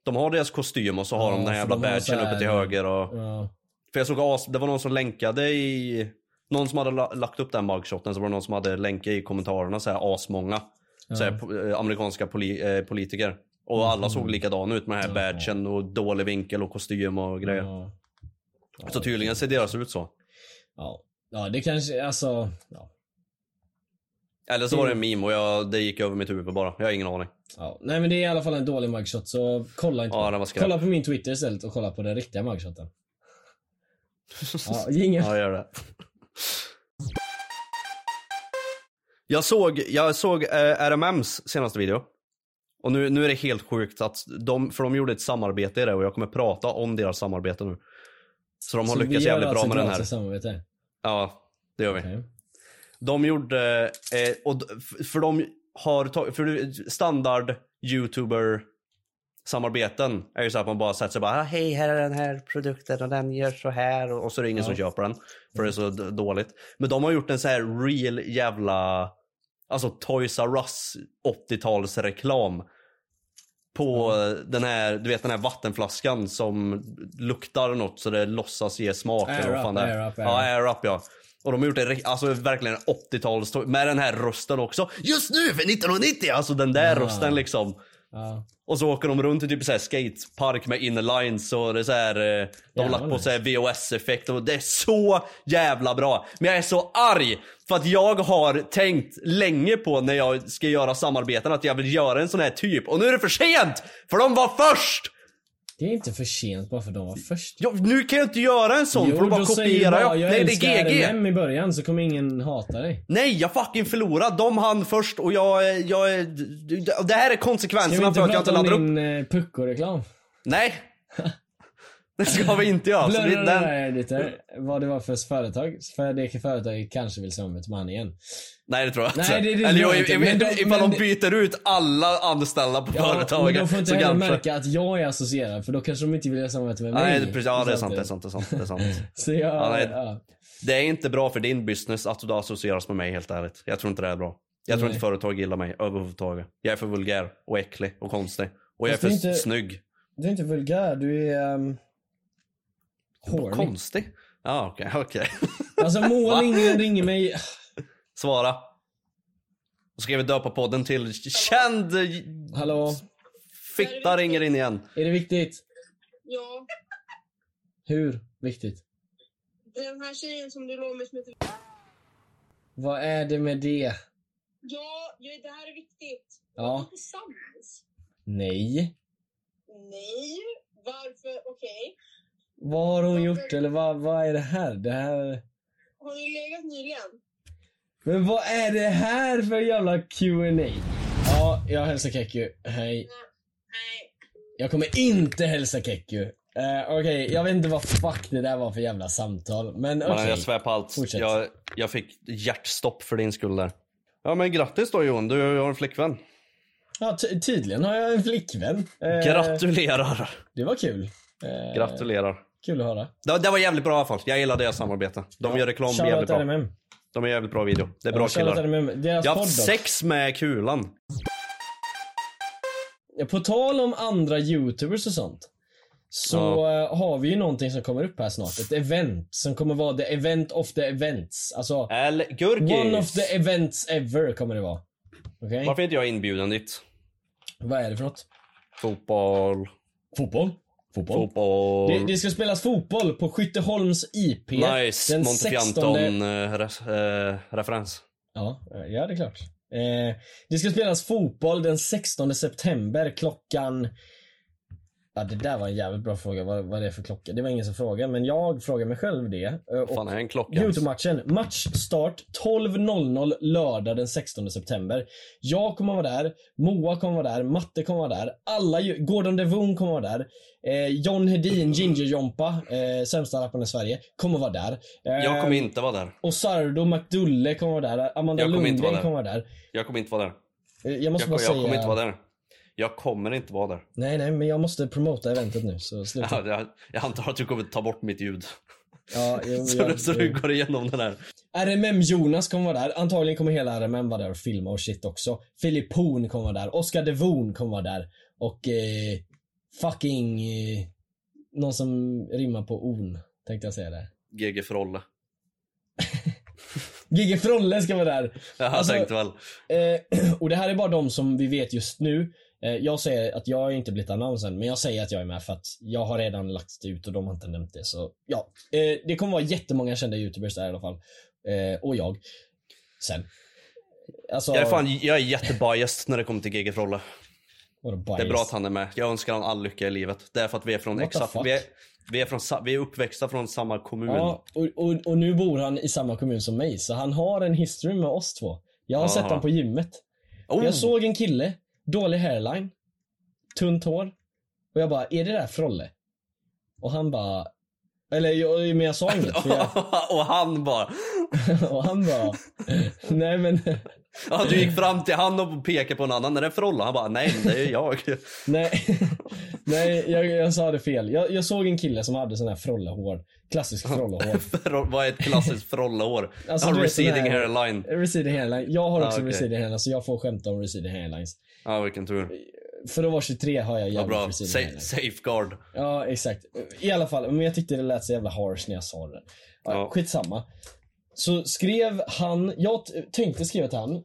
Speaker 5: De har deras kostym och så har
Speaker 4: Ja,
Speaker 5: de den här
Speaker 4: för
Speaker 5: jävla
Speaker 4: de har så
Speaker 5: badgen
Speaker 4: här-
Speaker 5: uppe till höger och...
Speaker 4: ja.
Speaker 5: För jag såg as, det var någon som länkade i... Någon som hade la, lagt upp den mugshoten, så var det någon som hade länkat i kommentarerna så här asmånga. Så här, po- eh, amerikanska poli, eh, politiker. Och alla såg likadana ut med den här badgen och dålig vinkel och kostym och grejer.
Speaker 4: Ja.
Speaker 5: Så tydligen ser deras ut så.
Speaker 4: Ja. ja, det kanske, alltså. Ja.
Speaker 5: Eller så var det en meme och jag, det gick över mitt huvud bara. Jag har ingen aning.
Speaker 4: Ja. Nej men det är i alla fall en dålig mugshot så kolla inte
Speaker 5: Ja,
Speaker 4: på-
Speaker 5: den var skräp.
Speaker 4: Kolla på min Twitter istället och kolla på den riktiga mugshoten. Ja, ingen.
Speaker 5: Ja, jag gör det. Jag såg, jag såg eh, RMMs senaste video. Och nu, nu är det helt sjukt att de, för de gjorde ett samarbete i det och jag kommer prata om deras samarbete nu. Så de har
Speaker 4: Så vi
Speaker 5: lyckats
Speaker 4: gör
Speaker 5: jävligt
Speaker 4: alltså
Speaker 5: bra med den
Speaker 4: gratis
Speaker 5: här.
Speaker 4: Samarbete.
Speaker 5: Ja, det gör vi.
Speaker 4: Okej.
Speaker 5: De gjorde, eh, och d- f- för de har tagit, för du- standard youtuber samarbeten är ju så att man bara sätter sig och bara "Ah, hej här är den här produkten och den gör så här och och så är det ingen som köper den för det är så
Speaker 4: Mm.
Speaker 5: d- dåligt. Men de har gjort en så här real jävla alltså Toys R Us 80-tals reklam på den här du vet den här vattenflaskan som luktar något så det låtsas ge smak.
Speaker 4: Air
Speaker 5: eller vad
Speaker 4: up,
Speaker 5: fan det är.
Speaker 4: air up, air
Speaker 5: ja,
Speaker 4: up.
Speaker 5: Air Up ja. Och de har gjort en ri- alltså, verkligen 80-tals, med den här rösten också. Just nu för 1990! Alltså den där rösten liksom. Och så åker de runt i typ så här skatepark med innerlines och det är så här, eh, de har lagt på så
Speaker 4: alltså.
Speaker 5: här VHS-effekt och det är så jävla bra. Men jag är så arg för att jag har tänkt länge på när jag ska göra samarbeten att jag vill göra en sån här typ och nu är det för sent! För de var först!
Speaker 4: Det är inte för sent bara för att de var först.
Speaker 5: Ja, nu kan jag inte göra en sån för då bara
Speaker 4: då säger du
Speaker 5: kopierar jag.
Speaker 4: bara, jag
Speaker 5: Nej det
Speaker 4: älskar
Speaker 5: är GG.
Speaker 4: RMM i början så kommer ingen hata dig.
Speaker 5: Nej jag fucking förlorade. De hann först och jag, är- jag, eh, är- det här
Speaker 4: Ska vi
Speaker 5: är konsekvenserna
Speaker 4: inte
Speaker 5: för att jag inte
Speaker 4: prata om
Speaker 5: laddar upp.
Speaker 4: din eh, pucko-reklam?
Speaker 5: Nej! Det ska vi inte göra. Så vi,
Speaker 4: Blurra det
Speaker 5: den,
Speaker 4: där lite, vad det var för företag. För det företaget kanske vill se om ett man igen.
Speaker 5: nej det tror jag
Speaker 4: Nej, det-
Speaker 5: inte.
Speaker 4: det
Speaker 5: Eller
Speaker 4: tror
Speaker 5: jag,
Speaker 4: jag inte, men de-
Speaker 5: ifall de
Speaker 4: men-
Speaker 5: byter ut alla anställda på
Speaker 4: men de
Speaker 5: företaget
Speaker 4: får inte
Speaker 5: så
Speaker 4: heller
Speaker 5: kanske...
Speaker 4: märka att jag är associerad för då kanske de inte vill göra samarbete med mig.
Speaker 5: Nej, det, precis. ja det är sant, det är sant, det är sant. Det är, sant.
Speaker 4: Så jag,
Speaker 5: Ja,
Speaker 4: ja,
Speaker 5: nej. det är inte bra för din business att du associeras med mig helt ärligt. Jag tror inte det är bra. Jag tror
Speaker 4: Nej.
Speaker 5: inte företag gillar mig överhuvudtaget. Jag är för vulgär och äcklig och konstig. Och jag är
Speaker 4: Fast
Speaker 5: för
Speaker 4: det är inte-
Speaker 5: snygg.
Speaker 4: Du är inte vulgär, du är... Um, horny.
Speaker 5: Konstig? Ja okej, okej.
Speaker 4: Alltså Moa Lindgren ringer mig.
Speaker 5: Svara. Och ska vi döpa podden till känd
Speaker 4: Hallå,
Speaker 5: fitta ringer in igen.
Speaker 4: är det viktigt?
Speaker 6: Ja,
Speaker 4: Hur viktigt?
Speaker 6: den här tjejen som du låg med som heter...
Speaker 4: Vad är det med det?
Speaker 6: Ja, ja, det här är viktigt.
Speaker 4: Ja.
Speaker 6: Vi är Tillsammans?
Speaker 4: Nej.
Speaker 6: Nej. Varför? Okej.
Speaker 4: Vad har hon gjort eller vad, vad är det här? Det här...
Speaker 6: Har ni legat nyligen?
Speaker 4: Men vad är det här för jävla Q&A? Ja, jag hälsar Keku. Hej.
Speaker 6: Nej.
Speaker 4: Jag kommer inte hälsa Keku. Eh, okej, jag vet inte vad fuck det där var för jävla samtal. Men okej.
Speaker 5: Mannen, jag svär på allt.
Speaker 4: Fortsätt.
Speaker 5: Jag, jag fick hjärtstopp för din skull där. Ja men grattis då Johan, du har en flickvän.
Speaker 4: Eh. Ja, ty- tydligen har jag en flickvän. Eh,
Speaker 5: Gratulerar.
Speaker 4: Det var kul. Eh,
Speaker 5: Gratulerar.
Speaker 4: Kul att höra.
Speaker 5: Det, det var jävligt bra i alla fall. Jag gillar deras samarbete. De gör reklam jävligt
Speaker 4: Shoutout
Speaker 5: bra.
Speaker 4: RMM.
Speaker 5: De är jävligt bra video. Det är bra
Speaker 4: Shoutout
Speaker 5: killar.
Speaker 4: RMM. Deras
Speaker 5: Jag har
Speaker 4: podd
Speaker 5: haft
Speaker 4: dock.
Speaker 5: sex med kulan.
Speaker 4: Ja, På tal om andra youtubers och sånt. Så
Speaker 5: Ja.
Speaker 4: eh, har vi ju någonting som kommer upp här snart. Ett event som kommer vara the event of the events. Alltså,
Speaker 5: El
Speaker 4: one of the
Speaker 5: Gurgis.
Speaker 4: events ever kommer det vara. Okej?
Speaker 5: Varför är inte jag inbjuden dit?
Speaker 4: Vad är det för något?
Speaker 5: Fotboll.
Speaker 4: Fotboll? Fotboll?
Speaker 5: Fotboll.
Speaker 4: Det, det ska spelas fotboll på Skytteholms IP.
Speaker 5: Nice.
Speaker 4: den
Speaker 5: Montefianton
Speaker 4: 16.
Speaker 5: eh, res- eh, referens.
Speaker 4: Ja, ja, det är klart. Eh, det ska spelas fotboll den 16 september klockan... Ja, det där var en jävligt bra fråga. Vad, vad är det för klocka? Det var ingen som frågade, men jag frågar mig själv det. Eh, och
Speaker 5: Fan är en klocka ens?
Speaker 4: Youtube-matchen. Matchstart 12.00 lördag den 16 september. Jag kommer vara där, Moa kommer vara där, Matte kommer vara där, alla, ju- Gordon Devon kommer vara där, eh, John Hedin, Ginger Jompa, eh, sämsta rapparen i Sverige, kommer vara där. Eh,
Speaker 5: Jag kommer inte vara där.
Speaker 4: och Sardo McDulle kommer vara där. Amanda
Speaker 5: Jag kommer
Speaker 4: Lundgren
Speaker 5: inte vara
Speaker 4: kommer vara där.
Speaker 5: Jag kommer inte vara där.
Speaker 4: Eh, Jag måste
Speaker 5: Jag,
Speaker 4: bara
Speaker 5: jag
Speaker 4: säga...
Speaker 5: kommer inte vara där. Jag kommer inte vara där.
Speaker 4: Nej, nej, men jag måste promota eventet nu. Så sluta.
Speaker 5: Ja, Jag, jag antar att du kommer ta bort mitt ljud.
Speaker 4: Ja, jag,
Speaker 5: Så,
Speaker 4: jag,
Speaker 5: du- så du går igenom den här.
Speaker 4: RMM Jonas kommer vara där. Antagligen kommer hela RMM vara där och filma och shit också. Filip Horn kommer vara där. Oscar Devon kommer vara där. Och eh, fucking... Eh, någon som rimmar på on, tänkte jag säga det.
Speaker 5: GG Frolle.
Speaker 4: Gigi Frolle ska vara där.
Speaker 5: Jag
Speaker 4: Alltså,
Speaker 5: tänkte väl.
Speaker 4: Eh, och det här är bara de som vi vet just nu. Eh, jag säger att jag har inte blivit annonsen, men jag säger att jag är med för att jag har redan lagt det ut och de har inte nämnt det. Så ja, eh, det kommer vara jättemånga kända youtubers där i alla fall. Eh, och jag. Sen. Alltså,
Speaker 5: Jag är, fan, jag är jättebiased när det kommer till GG Frolle.
Speaker 4: vadå,
Speaker 5: Det är
Speaker 4: bias?
Speaker 5: bra att han är med. Jag önskar honom all lycka i livet. Det är för att vi är från
Speaker 4: What the
Speaker 5: exakt...
Speaker 4: fuck?
Speaker 5: Vi är, vi, är från, sa- vi är uppväxta från samma kommun.
Speaker 4: Ja, och, och, och nu bor han i samma kommun som mig, så han har en history med oss två. Jag har
Speaker 5: Aha.
Speaker 4: sett honom på gymmet.
Speaker 5: oh,
Speaker 4: Jag såg en kille, dålig hairline, tunt hår. Och jag bara, är det där Frolle? Och han bara, eller jag, men jag sa inget. För jag,
Speaker 5: och han bara...
Speaker 4: och han bara, nej men,
Speaker 5: Ja, du gick fram till han och pekade på en annan. Är det Frolle? Han bara, nej men det är ju jag.
Speaker 4: nej. nej, jag, jag sa det fel. Jag, jag såg en kille som hade sån här Frolle-hår. Klassisk Frolle-hår.
Speaker 5: Fro- Vad är ett klassiskt Frolle-år?
Speaker 4: Alltså,
Speaker 5: Han
Speaker 4: du vet, sån
Speaker 5: receding
Speaker 4: här-
Speaker 5: hairline.
Speaker 4: Receding hairline. Jag har
Speaker 5: Ah,
Speaker 4: också
Speaker 5: okej.
Speaker 4: receding hairline, så jag får skämta om receding hairlines.
Speaker 5: Ja, vilken tur.
Speaker 4: För att vara 23 har jag
Speaker 5: Vad
Speaker 4: jävligt
Speaker 5: bra.
Speaker 4: receding
Speaker 5: Sa-
Speaker 4: hairline.
Speaker 5: safeguard.
Speaker 4: Ja, exakt. I alla fall, men jag tyckte det lät så jävla harsh när jag sa det. Ja,
Speaker 5: Ja.
Speaker 4: Skitsamma. Så skrev han, jag t- tänkte skriva till han.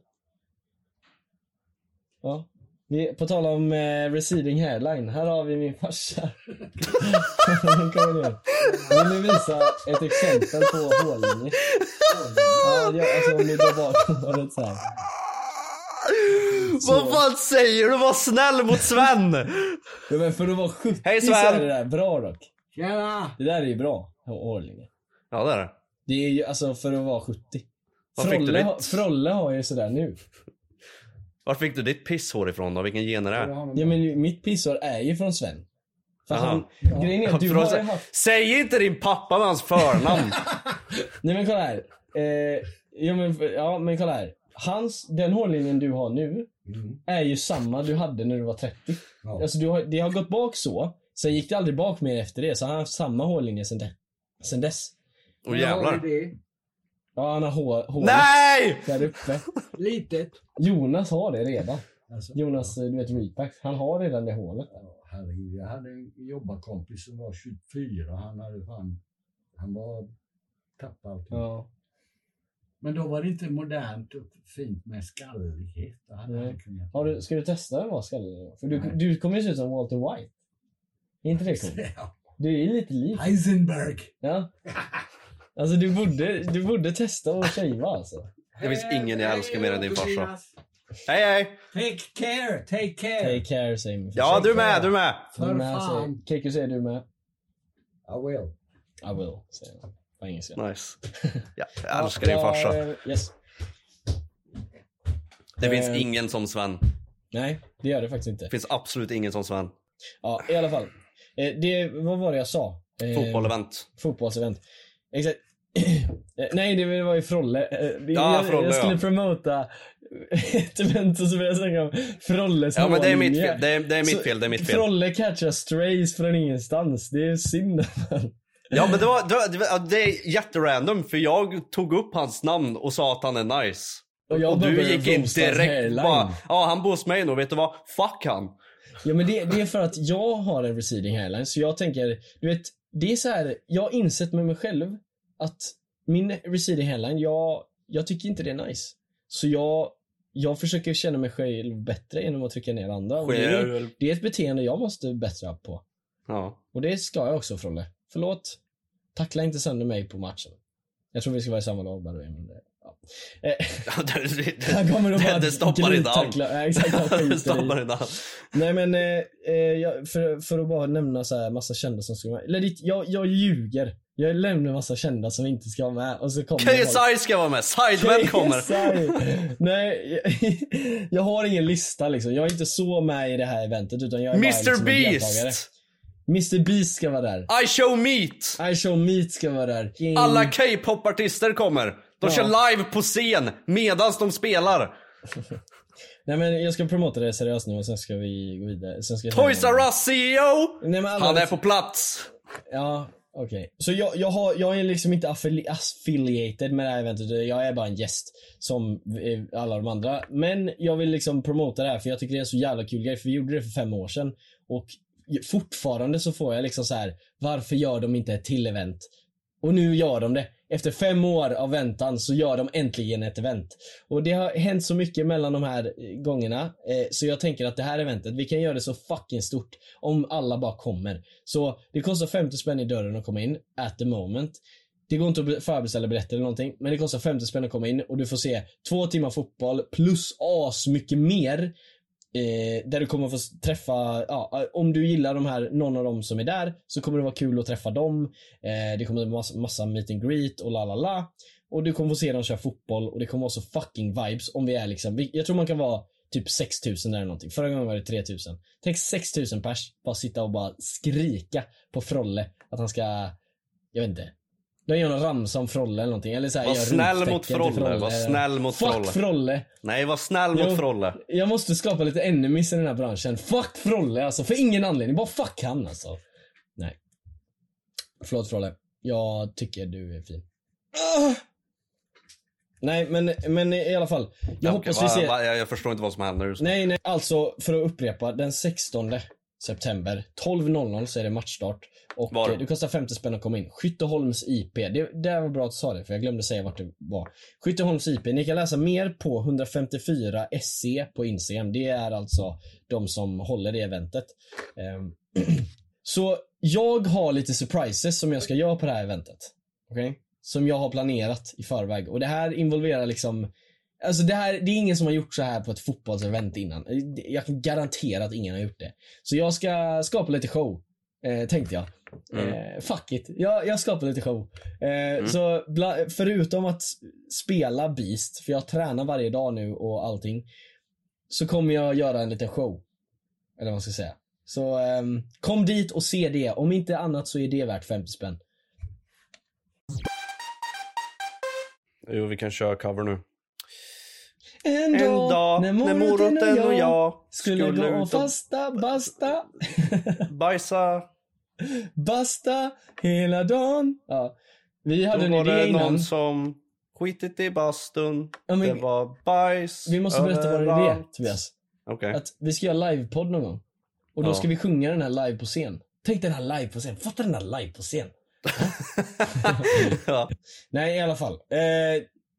Speaker 4: Ja. Vi, på tal om eh, receding hairline, här har vi min farsa. Han kommer ner. Vill ni visa ett exempel på hållinje? Ja, ja, alltså om ni går bakom håret så här.
Speaker 5: Vad fan säger du? Var snäll mot Sven!
Speaker 4: Ja, men för att vara 70
Speaker 5: Hej,
Speaker 4: så är
Speaker 5: Sven.
Speaker 4: det där bra dock.
Speaker 7: Tjena!
Speaker 4: Det där är ju bra, hållinje.
Speaker 5: Ja det är det.
Speaker 4: Det är ju alltså för att vara 70.
Speaker 5: Var fick du
Speaker 4: Frolle,
Speaker 5: ditt?
Speaker 4: har- Frolle har ju sådär nu.
Speaker 5: Var fick du ditt pisshår ifrån då? Vilken gen är det?
Speaker 4: Ja men ju- mitt pisshår är ju från Sven. För
Speaker 5: Jaha.
Speaker 4: han, grejen är att du
Speaker 5: Förlåt,
Speaker 4: har ju
Speaker 5: sä-
Speaker 4: haft
Speaker 5: Säg inte din pappa med hans förnamn!
Speaker 4: Nej men kolla här. Eh, ja, men, ja men kolla här. Hans, den hårlinjen du har nu är ju samma du hade när du var 30. Alltså du har, det har gått bak så, sen gick det aldrig bak mer efter det. Så han har haft samma hårlinje sen, de, sen dess.
Speaker 5: Åh, jävlar.
Speaker 4: Ja han har hår, håret
Speaker 5: Nej!
Speaker 4: där uppe.
Speaker 7: Litet.
Speaker 4: Jonas har det redan. Jonas, eh, du vet Repax, han har redan det hålet.
Speaker 7: Herregud, jag hade en jobbarkompis som var 24. Han hade fan... Han var... Tappade allting.
Speaker 4: Ja.
Speaker 7: Men då var det inte modernt och fint med skallighet. Då hade han kunnat...
Speaker 4: Har du, ska du testa en vaskalle? För du, du kommer ju se ut som Walter White. Är inte det coolt? Du är lite lik.
Speaker 7: Heisenberg!
Speaker 4: Ja. Alltså du borde, du borde testa att shava alltså.
Speaker 5: Det finns ingen jag älskar mer än din farsa. Hej hej!
Speaker 7: Take care, take care!
Speaker 4: Take care säger min
Speaker 5: Ja du med, du med!
Speaker 7: För
Speaker 4: fan.
Speaker 7: fan.
Speaker 4: Keku säger du med.
Speaker 7: I will.
Speaker 4: I will, säger han. På engelska.
Speaker 5: Nice. Jag älskar din farsa.
Speaker 4: Ja, Yes.
Speaker 5: Det finns
Speaker 4: eh,
Speaker 5: ingen som Sven.
Speaker 4: Nej, det gör det faktiskt inte.
Speaker 5: Det finns absolut ingen som Sven.
Speaker 4: Ja, i alla fall. Eh, det, vad var det jag sa? Eh,
Speaker 5: Fotboll-event.
Speaker 4: Fotbollsevent. Exakt. Eh, Nej, det var ju Frolle. Eh, det-
Speaker 5: Ja,
Speaker 4: jag,
Speaker 5: Frolle,
Speaker 4: jag skulle
Speaker 5: ja.
Speaker 4: promota ett event och så började jag snacka om Frolles
Speaker 5: Ja men det är
Speaker 4: mållinje.
Speaker 5: mitt fel, det är, det är mitt fel, det är mitt fel.
Speaker 4: Frolle catchar strays från ingenstans. Det är synd. alltså.
Speaker 5: Ja men det var, det, var- det var, det är jätterandom för jag tog upp hans namn och sa att han är nice.
Speaker 4: Och jag
Speaker 5: Och
Speaker 4: bara
Speaker 5: du
Speaker 4: började
Speaker 5: gick in
Speaker 4: roasta hans
Speaker 5: direkt
Speaker 4: hairline.
Speaker 5: bara, ja han bor hos mig nu, vet du vad? Fuck han.
Speaker 4: Ja men det, det är för att jag har en receding hairline så jag tänker, du vet, det är så här, jag har insett med mig själv att min receding hairline, jag, jag tycker inte det är nice. Så jag, jag försöker känna mig själv bättre genom att trycka ner andra. Och det, är,
Speaker 5: Själv.
Speaker 4: det är ett beteende jag måste bättra på.
Speaker 5: Ja.
Speaker 4: Och det ska jag också Frolle. Förlåt. Tackla inte sönder mig på matchen. Jag tror vi ska vara i samma lag by the way, men det, ja. Eh,
Speaker 5: det,
Speaker 4: Han kommer att bara
Speaker 5: det, det stoppar inte han.
Speaker 4: gryttackla- Nej, exakt, han skiter i
Speaker 5: det stoppar inte han.
Speaker 4: Nej men, eh, eh, jag, för, för att bara nämna så här massa kända som ska vara med. Eller ditt- jag, jag ljuger. Jag lämnar massa kända som inte ska vara med och så kommer folk.
Speaker 5: KSI ska vara med, Sidemen kommer.
Speaker 4: KSI. Nej, jag, jag har ingen lista liksom. Jag är inte så med i det här eventet utan jag är bara liksom
Speaker 5: Mr
Speaker 4: en deltagare.
Speaker 5: Beast!
Speaker 4: Mr Beast ska vara där.
Speaker 5: I show meat!
Speaker 4: I show meat ska vara där. King.
Speaker 5: Alla K-pop-artister kommer. De kör live på scen medan de spelar.
Speaker 4: Nej men jag ska promota det seriöst nu och sen ska vi gå vidare. Sen ska jag-
Speaker 5: Toys R Us CEO!
Speaker 4: Nej, men alla- liksom-
Speaker 5: Han är på plats.
Speaker 4: Ja, okej. Så jag, jag, har, jag är liksom inte affili- affiliated med det här eventet. Jag är bara en gäst som eh, alla de andra. Men jag vill liksom promota det här för jag tycker det är så jävla kul grej. För vi gjorde det för fem år sedan. Och fortfarande så får jag liksom så här. varför gör de inte ett till event? Och nu gör de det. Efter fem år av väntan så gör de äntligen ett event. Och det har hänt så mycket mellan de här eh, gångerna. Eh, så jag tänker att det här eventet, vi kan göra det så fucking stort. Om alla bara kommer. Så det kostar 50 spänn i dörren att komma in, at the moment. Det går inte att be- förbeställa biljetter eller någonting, men det kostar 50 spänn att komma in och du får se två timmar fotboll plus as mycket mer. Eh, där du kommer få s- träffa, ja, eh, om du gillar de här, någon av dem som är där så kommer det vara kul att träffa dem. Eh, det kommer bli massa, massa meet and greet och la la la. Och du kommer få se dem köra fotboll och det kommer vara så fucking vibes om vi är liksom, vi- jag tror man kan vara typ 6000 eller någonting. Förra gången var det 3000. Tänk 6000 pers bara sitta och bara skrika på Frolle att han ska, jag vet inte. De gör någon ramsa om Frolle eller någonting. Eller så här,
Speaker 5: Var
Speaker 4: gör
Speaker 5: snäll mot
Speaker 4: ropstecken till
Speaker 5: Frolle, var snäll mot
Speaker 4: Fuck
Speaker 5: Frolle.
Speaker 4: Frolle.
Speaker 5: Nej, var snäll mot
Speaker 4: Jo.
Speaker 5: Frolle.
Speaker 4: Jag måste skapa lite enemies i den här branschen. Fuck Frolle alltså, för ingen anledning. Bara fuck han alltså. Nej. Förlåt Frolle. Jag tycker du är fin. Ah! Nej men, men i alla fall. Jag
Speaker 5: Ja,
Speaker 4: hoppas
Speaker 5: okej,
Speaker 4: vi
Speaker 5: va-
Speaker 4: ser...
Speaker 5: va- Jag, jag förstår inte vad som händer just nu.
Speaker 4: Nej, nej, alltså för att upprepa. Den 16 september. 12.00 så är det matchstart. Och
Speaker 5: Var?
Speaker 4: eh, det kostar 50 spänn att komma in. Skytteholms IP. Det, det var bra att du sa det, för jag glömde säga vart det var. Skytteholms IP. Ni kan läsa mer på 154 SC på Instagram. Det är alltså de som håller det eventet. Ehm, Så jag har lite surprises som jag ska göra på det här eventet. Okej? Som jag har planerat i förväg. Och det här involverar liksom Alltså det här, det är ingen som har gjort så här på ett fotbollsevent innan. Jag kan garantera att ingen har gjort det. Så jag ska skapa lite show, eh, tänkte jag.
Speaker 8: Mm.
Speaker 4: Eh, fuck it. Jag, jag skapar lite show. Eh,
Speaker 8: Mm.
Speaker 4: Så bla, förutom att s- spela Beast, för jag tränar varje dag nu och allting, så kommer jag göra en liten show. Eller vad man ska säga. Så ehm, kom dit och se det. Om inte annat så är det värt 50 spänn.
Speaker 5: Jo, vi kan köra cover nu.
Speaker 4: En
Speaker 5: dag, när moroten och jag
Speaker 4: skulle,
Speaker 5: skulle
Speaker 4: gå
Speaker 5: ut
Speaker 4: och
Speaker 5: och-
Speaker 4: fasta, basta.
Speaker 5: Bajsa.
Speaker 4: Basta hela dagen. Ja. Vi hade en
Speaker 5: Då var
Speaker 4: idé
Speaker 5: det
Speaker 4: innan.
Speaker 5: någon som skitit i bastun.
Speaker 4: Ja, men-
Speaker 5: Det var bajs
Speaker 4: Vi måste berätta vad det är,
Speaker 5: överallt.
Speaker 4: Tobias.
Speaker 5: Okej.
Speaker 4: Att vi ska göra livepodd någon gång. Och då
Speaker 5: Ja.
Speaker 4: ska vi sjunga den här live på scen. Tänk den här live på scen. Fatta den här live på scen. Nej, i alla fall. Eh,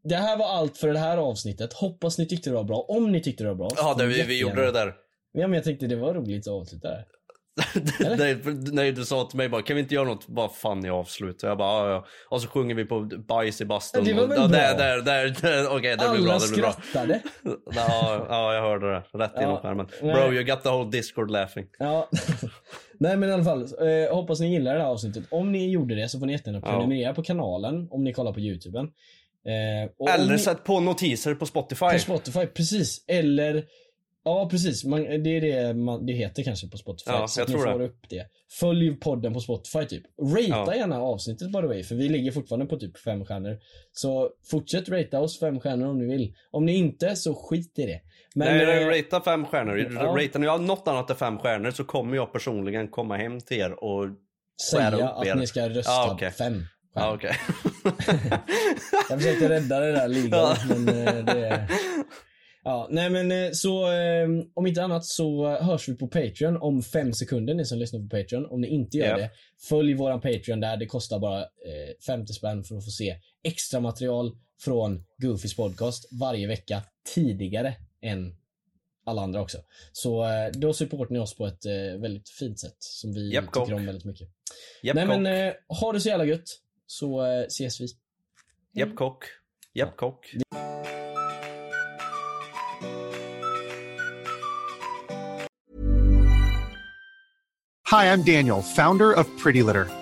Speaker 4: det här var allt för det här avsnittet. Hoppas ni tyckte det var bra. Om ni tyckte det var bra.
Speaker 5: Ja,
Speaker 4: så
Speaker 5: det, vi, vi
Speaker 4: jättegärna-
Speaker 5: gjorde det där.
Speaker 4: Ja, men jag tänkte det var roligt att avsluta det här.
Speaker 5: Nej, för- nej, du sa till mig bara, kan vi inte göra något? Bara fan jag avslutar. Jag bara, ja, ja. Och så sjunger vi på bajs i bastun.
Speaker 4: Ja, det var
Speaker 5: Och-
Speaker 4: väl
Speaker 5: ja, Där,
Speaker 4: bra.
Speaker 5: där, där, där. Okej, det blir bra.
Speaker 4: Alla
Speaker 5: Det blir bra.
Speaker 4: skrattade.
Speaker 5: Ja, ja, jag hörde det. Rätt
Speaker 4: Ja.
Speaker 5: genom skärmen.
Speaker 4: Nej.
Speaker 5: Bro, you got the whole discord laughing.
Speaker 4: Ja. Nej men i alla fall, eh, hoppas ni gillar det här avsnittet. Om ni gjorde det så får ni jättegärna
Speaker 5: Ja.
Speaker 4: prenumerera på kanalen om ni kollar på YouTuben. Eh, och om
Speaker 5: Eller
Speaker 4: ni...
Speaker 5: sätt på notiser på Spotify.
Speaker 4: På Spotify, precis. Eller, ja precis. Man, det är det man, det heter kanske på Spotify.
Speaker 5: Ja,
Speaker 4: så
Speaker 5: jag
Speaker 4: att ni
Speaker 5: tror det.
Speaker 4: får upp det. Följ podden på Spotify typ. Ratea
Speaker 5: Ja.
Speaker 4: gärna avsnittet by the way, för vi ligger fortfarande på typ fem stjärnor. Så fortsätt ratea oss fem stjärnor om ni vill. Om ni inte, så skit i det.
Speaker 5: Nej,
Speaker 4: eh,
Speaker 5: ratea fem stjärnor.
Speaker 4: ja.
Speaker 5: Ratea nu något annat än fem stjärnor så kommer jag personligen komma hem till er och skära
Speaker 4: säga
Speaker 5: upp er.
Speaker 4: att ni ska rösta
Speaker 5: Ja, okej.
Speaker 4: fem.
Speaker 5: Ja, okej.
Speaker 4: Jag försökte rädda den där ligan,
Speaker 5: Ja.
Speaker 4: men eh, det... Ja, nej men eh, så eh, om inte annat så hörs vi på Patreon om fem sekunder, ni som lyssnar på Patreon. Om ni inte gör
Speaker 5: Ja.
Speaker 4: det, följ våran Patreon där. Det kostar bara eh, 50 spänn för att få se extra material från Goofys podcast varje vecka tidigare än alla andra också. Så eh, då supportar ni oss på ett eh, väldigt fint sätt som vi
Speaker 5: Japp,
Speaker 4: tycker
Speaker 5: kock.
Speaker 4: om väldigt mycket.
Speaker 5: Japp,
Speaker 4: Nej men
Speaker 5: kock.
Speaker 4: eh, ha det så jävla gött så eh, ses vi.
Speaker 5: Japp kock. Japp kock.
Speaker 9: Hi, I'm Daniel, founder of Pretty Litter.